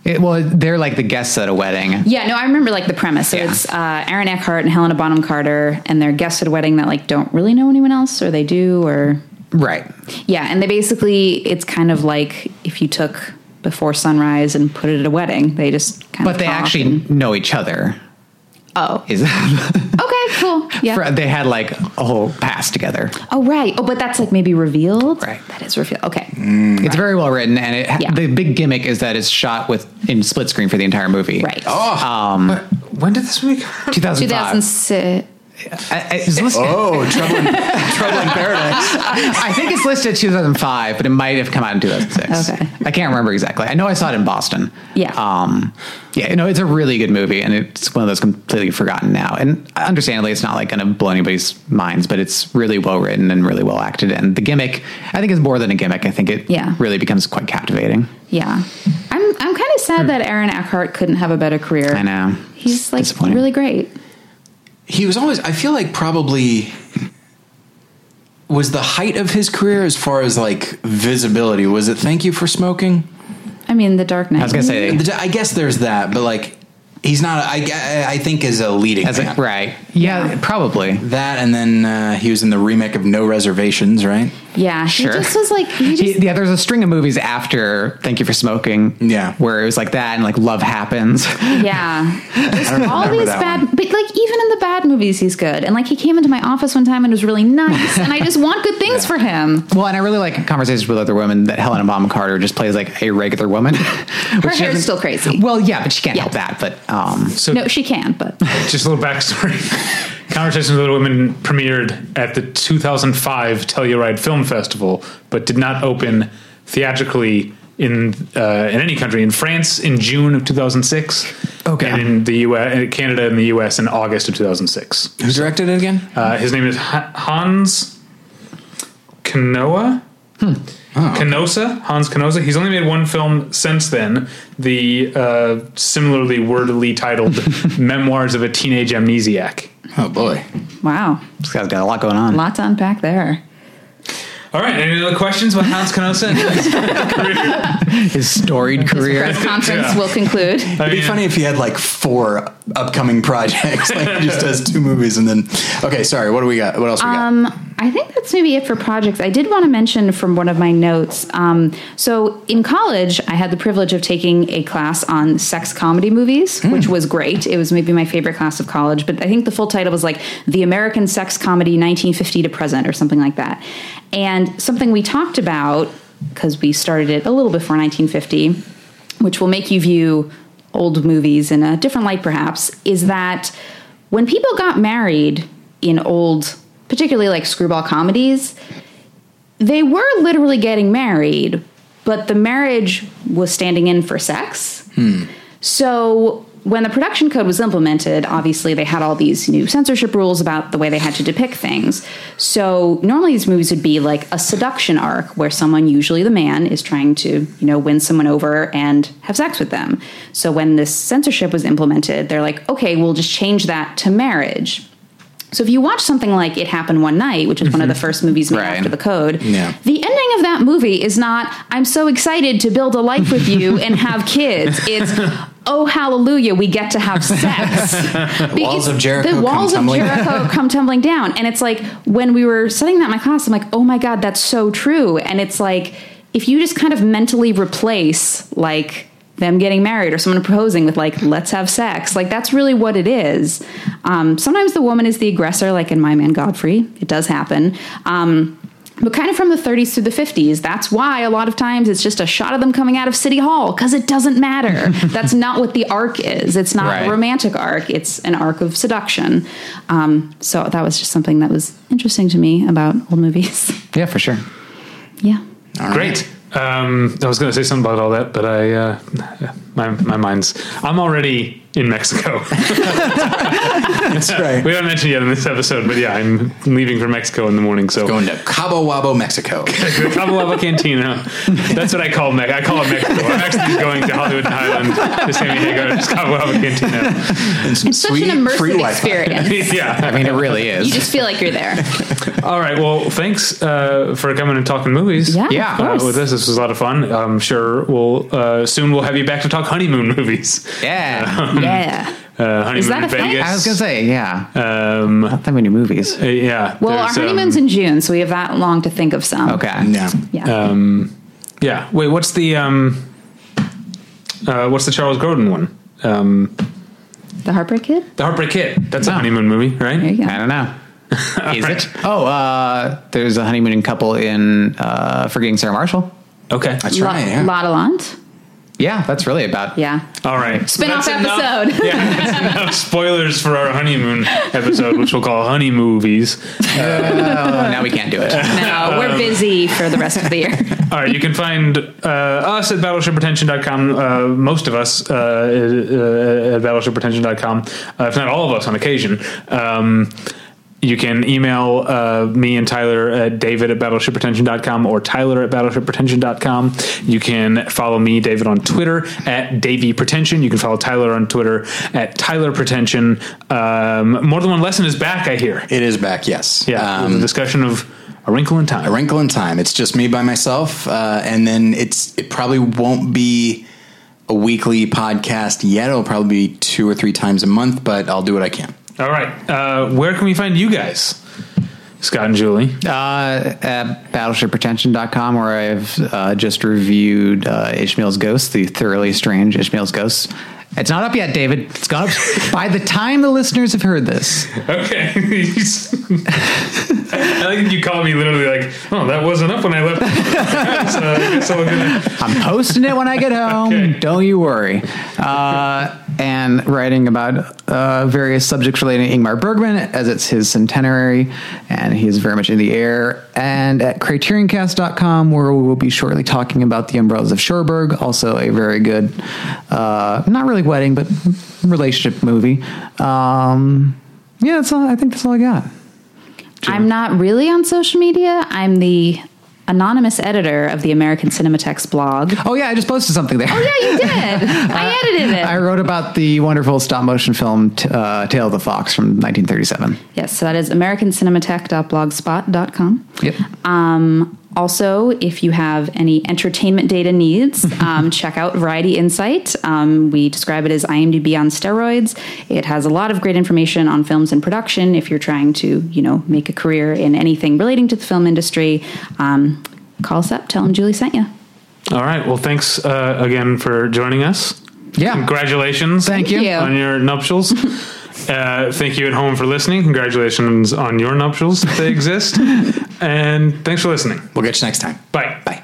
Speaker 3: It- well, they're like the guests at a wedding.
Speaker 5: Yeah, no, I remember like the premise. So
Speaker 3: Yeah.
Speaker 5: it's uh, Aaron Eckhart and Helena Bonham Carter, and their guests at a wedding that like don't really know anyone else, or they do, or
Speaker 3: Right.
Speaker 5: yeah, and they basically it's kind of like if you took Before Sunrise and put it at a wedding, they just kind
Speaker 3: But
Speaker 5: of
Speaker 3: they
Speaker 5: talk
Speaker 3: actually
Speaker 5: and-
Speaker 3: know each other.
Speaker 5: oh
Speaker 3: Is
Speaker 5: okay cool yeah
Speaker 3: for- they had like a whole past together.
Speaker 5: oh right oh but that's like maybe revealed
Speaker 3: Right. Mm.
Speaker 5: that is revealed okay
Speaker 3: It's very well written, and it, ha
Speaker 5: Yeah.
Speaker 3: the big gimmick is that it's shot with in split screen for the entire movie. Um,
Speaker 5: right
Speaker 3: Oh,
Speaker 2: When did this movie? Come out?
Speaker 3: 2005.
Speaker 5: 2006
Speaker 3: I, I- it's listed-
Speaker 1: Oh, trouble in, trouble in paradise.
Speaker 3: I think it's listed 2005, but it might have come out in 2006.
Speaker 5: Okay.
Speaker 3: I can't remember exactly. I know I saw it in Boston.
Speaker 5: Yeah.
Speaker 3: Um, yeah, you know, it's a really good movie, and it's one of those completely forgotten now. And understandably, it's not like going to blow anybody's minds, but it's really well written and really well acted. And the gimmick, I think, is more than a gimmick. I think it
Speaker 5: Yeah.
Speaker 3: really becomes quite captivating.
Speaker 5: Yeah. I'm I'm kind of sad that Aaron Eckhart couldn't have a better career.
Speaker 3: I know.
Speaker 5: He's like
Speaker 3: Disappointing.
Speaker 5: really great.
Speaker 1: he was always i feel like probably was the height of his career as far as like visibility was it thank you for smoking
Speaker 5: I mean, The Dark Knight.
Speaker 3: I was going to say,
Speaker 1: i guess there's that but like He's not. I, I, I think as a leading
Speaker 3: As a,
Speaker 1: man.
Speaker 3: right. Yeah, probably.
Speaker 1: That and then uh, he was in the remake of No Reservations, right?
Speaker 5: Mm-hmm. Yeah,
Speaker 3: Sure.
Speaker 5: he just was like he just
Speaker 3: yeah, there's a string of movies after Thank You for Smoking.
Speaker 1: Yeah.
Speaker 3: Where it was like that and like Love Happens.
Speaker 5: Yeah. Just all
Speaker 1: remember
Speaker 5: these
Speaker 1: that
Speaker 5: bad,
Speaker 1: one.
Speaker 5: but like even in the bad movies, he's good. And like he came into my office one time and was really nice. and I just want good things for him.
Speaker 3: Well, and I really like conversations with other women that Helena Bonham Carter just plays like a regular woman. Her
Speaker 5: hair's still crazy.
Speaker 3: Well, yeah, but she can't
Speaker 5: Yeah.
Speaker 3: help that. But um,
Speaker 2: So
Speaker 5: No, she can, but
Speaker 2: just a little backstory. Conversations with Little Women premiered at the 2005 Telluride Film Festival, but did not open theatrically in uh, in any country. In France in June of 2006,
Speaker 3: Okay.
Speaker 2: and in the U.S., Canada, and the U.S. in August of 2006.
Speaker 1: Who directed it again?
Speaker 2: Uh, his name is Ha- Hans Kanoa. Canosa, Hans Canosa. He's only made one film since then, the uh, similarly wordily titled Memoirs of a Teenage Amnesiac.
Speaker 1: Oh boy,
Speaker 5: wow.
Speaker 3: this guy's got a lot going on.
Speaker 5: Lot to unpack there.
Speaker 2: All right, any other questions about Hans Canosa?
Speaker 3: His storied career.
Speaker 5: Press conference
Speaker 2: Yeah.
Speaker 5: will conclude.
Speaker 1: it'd be
Speaker 2: mean-
Speaker 1: funny if he had like four upcoming projects. like he just does two movies and then. Okay, sorry. What do we got? What else we got?
Speaker 5: Um, I think that's maybe it for projects. I did want to mention from one of my notes. Um, so in college, I had the privilege of taking a class on sex comedy movies,
Speaker 1: Hmm.
Speaker 5: which was great. It was maybe my favorite class of college, but I think the full title was like The American Sex Comedy 1950 to Present or something like that. And something we talked about, because we started it a little before 1950 which will make you view old movies in a different light, perhaps, is that when people got married in old, particularly like screwball comedies, they were literally getting married, but the marriage was standing in for sex. So when the production code was implemented, obviously they had all these new censorship rules about the way they had to depict things. So normally these movies would be like a seduction arc where someone, usually the man, is trying to, you know, win someone over and have sex with them. So when this censorship was implemented, they're like, okay, we'll just change that to marriage. So if you watch something like It Happened One Night, which is one of the first movies made
Speaker 3: Right.
Speaker 5: after the code,
Speaker 1: Yeah.
Speaker 5: the ending of that movie is not I'm so excited to build a life with you and have kids. It's oh hallelujah, we get to have sex.
Speaker 1: Walls
Speaker 5: Because
Speaker 1: of Jericho
Speaker 5: The
Speaker 1: come
Speaker 5: walls of
Speaker 1: tumbling down.
Speaker 5: Jericho come tumbling down. And it's like when we were studying that in my class, I'm like, oh my God, that's so true. And it's like if you just kind of mentally replace like them getting married or someone proposing with like let's have sex like that's really what it is um, sometimes the woman is the aggressor like in my man godfrey it does happen um, but kind of from the 30s through the 50s. That's why a lot of times it's just a shot of them coming out of City Hall because it doesn't matter. That's not what the arc is. It's not
Speaker 3: Right.
Speaker 5: a romantic arc, it's an arc of seduction. Um, so that was just something that was interesting to me about old movies.
Speaker 3: yeah, for sure.
Speaker 5: yeah.
Speaker 2: Great. Um, I was going to say something about all that, but I uh, my my mind's. I'm already in Mexico.
Speaker 1: That's right.
Speaker 2: we haven't mentioned yet in this episode, but yeah, I'm leaving for Mexico in the morning. So
Speaker 1: Going to Cabo Wabo, Mexico.
Speaker 2: Cabo Cantina. That's what I call Mexico. I call it Mexico. I'm actually going to Hollywood and Highland to San Diego to Cabo Cantina.
Speaker 1: And some
Speaker 5: It's such an
Speaker 1: free
Speaker 5: immersive
Speaker 1: Wi-Fi.
Speaker 5: experience.
Speaker 2: yeah.
Speaker 3: I mean, it really
Speaker 5: You
Speaker 3: is.
Speaker 5: just feel like you're there.
Speaker 2: All right. Well, thanks uh, for coming and talking movies.
Speaker 5: Yeah.
Speaker 3: Yeah.
Speaker 5: Of
Speaker 2: Uh,
Speaker 5: course.
Speaker 2: with this, this was a lot of fun. I'm sure we'll uh, soon we'll have you back to talk honeymoon movies.
Speaker 3: yeah.
Speaker 5: yeah.
Speaker 2: Uh, honeymoon
Speaker 5: that
Speaker 2: in
Speaker 5: a thing?
Speaker 2: Vegas.
Speaker 3: I was going to say, yeah.
Speaker 2: Um,
Speaker 3: Not that many movies.
Speaker 2: uh, yeah.
Speaker 5: Well, our
Speaker 2: there's, um,
Speaker 5: honeymoon's in June, so we have that long to think of some.
Speaker 3: Okay.
Speaker 1: Yeah.
Speaker 5: Yeah.
Speaker 2: Yeah. Wait. What's the um? Uh, what's the Charles Grodin one? Um,
Speaker 5: the Heartbreak Kid?
Speaker 2: the Heartbreak Kid. That's a
Speaker 3: Oh.
Speaker 2: honeymoon movie,
Speaker 5: There
Speaker 2: right?
Speaker 5: you go.
Speaker 3: I don't know. Is it? Oh, uh, there's a honeymooning couple in uh, Forgetting Sarah Marshall.
Speaker 2: Okay.
Speaker 1: That's right. Yeah.
Speaker 5: La La Land?
Speaker 3: Yeah, that's really about.
Speaker 5: Yeah.
Speaker 2: All right.
Speaker 5: Spin off
Speaker 2: That's enough-
Speaker 5: episode.
Speaker 2: yeah, that's enough spoilers for our honeymoon episode, which we'll call honey movies.
Speaker 3: Oh, now we can't do it.
Speaker 5: No, we're busy for the rest of the year.
Speaker 2: All right, you can find uh, us at battleshipretention.com. Uh, most of us uh, uh, at battleshipretention.com, uh, if not all of us on occasion. Um, you can email uh, me and Tyler at david at battleshipretention.com or tyler at battleshipretention.com. You can follow me, David, on Twitter at Davey Pretension. You can follow Tyler on Twitter at Tyler Pretension. Um, More Than One Lesson is back, I hear.
Speaker 1: It is back. Yes.
Speaker 2: Yeah,
Speaker 1: Um,
Speaker 2: the discussion of A Wrinkle in Time.
Speaker 1: A Wrinkle in Time. It's just me by myself, uh, and then it's it probably won't be a weekly podcast yet. It'll probably be two or three times a month, but I'll do what I can.
Speaker 2: All right. Uh, where can we find you guys? Scott and Julie.
Speaker 3: Uh, at battleshipretention.com, where I've uh, just reviewed uh, Ishmael's Ghost, the thoroughly strange Ishmael's Ghost. It's not up yet, David. It's gone up by the time the listeners have heard this.
Speaker 2: Okay. I think you called me literally like, oh, that wasn't up when I left. so I guess I'll get it.
Speaker 3: I'm posting it when I get home.
Speaker 2: Okay.
Speaker 3: Don't you worry. Uh, and writing about uh, various subjects relating to Ingmar Bergman, as it's his centenary, and he is very much in the air. And at CriterionCast.com, where we will be shortly talking about the Umbrellas of Cherbourg, also a very good, uh, not really wedding, but relationship movie. Um, yeah, that's all. I think that's all I got.
Speaker 5: I'm not really on social media. I'm the anonymous editor of the American Cinematex blog.
Speaker 3: Oh yeah, I just posted something there.
Speaker 5: Yeah, you did. I edited it.
Speaker 3: I wrote about the wonderful stop motion film t- uh, Tale of the Fox from 1937.
Speaker 5: yes, so that is americinematheque.blogspot.com.
Speaker 3: Yep.
Speaker 5: Also, if you have any entertainment data needs, um, check out Variety Insight. Um, we describe it as IMDb on steroids. It has a lot of great information on films and production. If you're trying to, you know, make a career in anything relating to the film industry, um, call us up. Tell them Julie sent you.
Speaker 2: All right. Well, thanks uh, again for joining us.
Speaker 3: Yeah.
Speaker 2: Congratulations.
Speaker 3: Thank you.
Speaker 5: Thank you.
Speaker 2: On your nuptials. Uh, thank you at home for listening. Congratulations on your nuptials if they exist. And thanks for listening.
Speaker 1: We'll get you next time.
Speaker 2: Bye.
Speaker 1: Bye.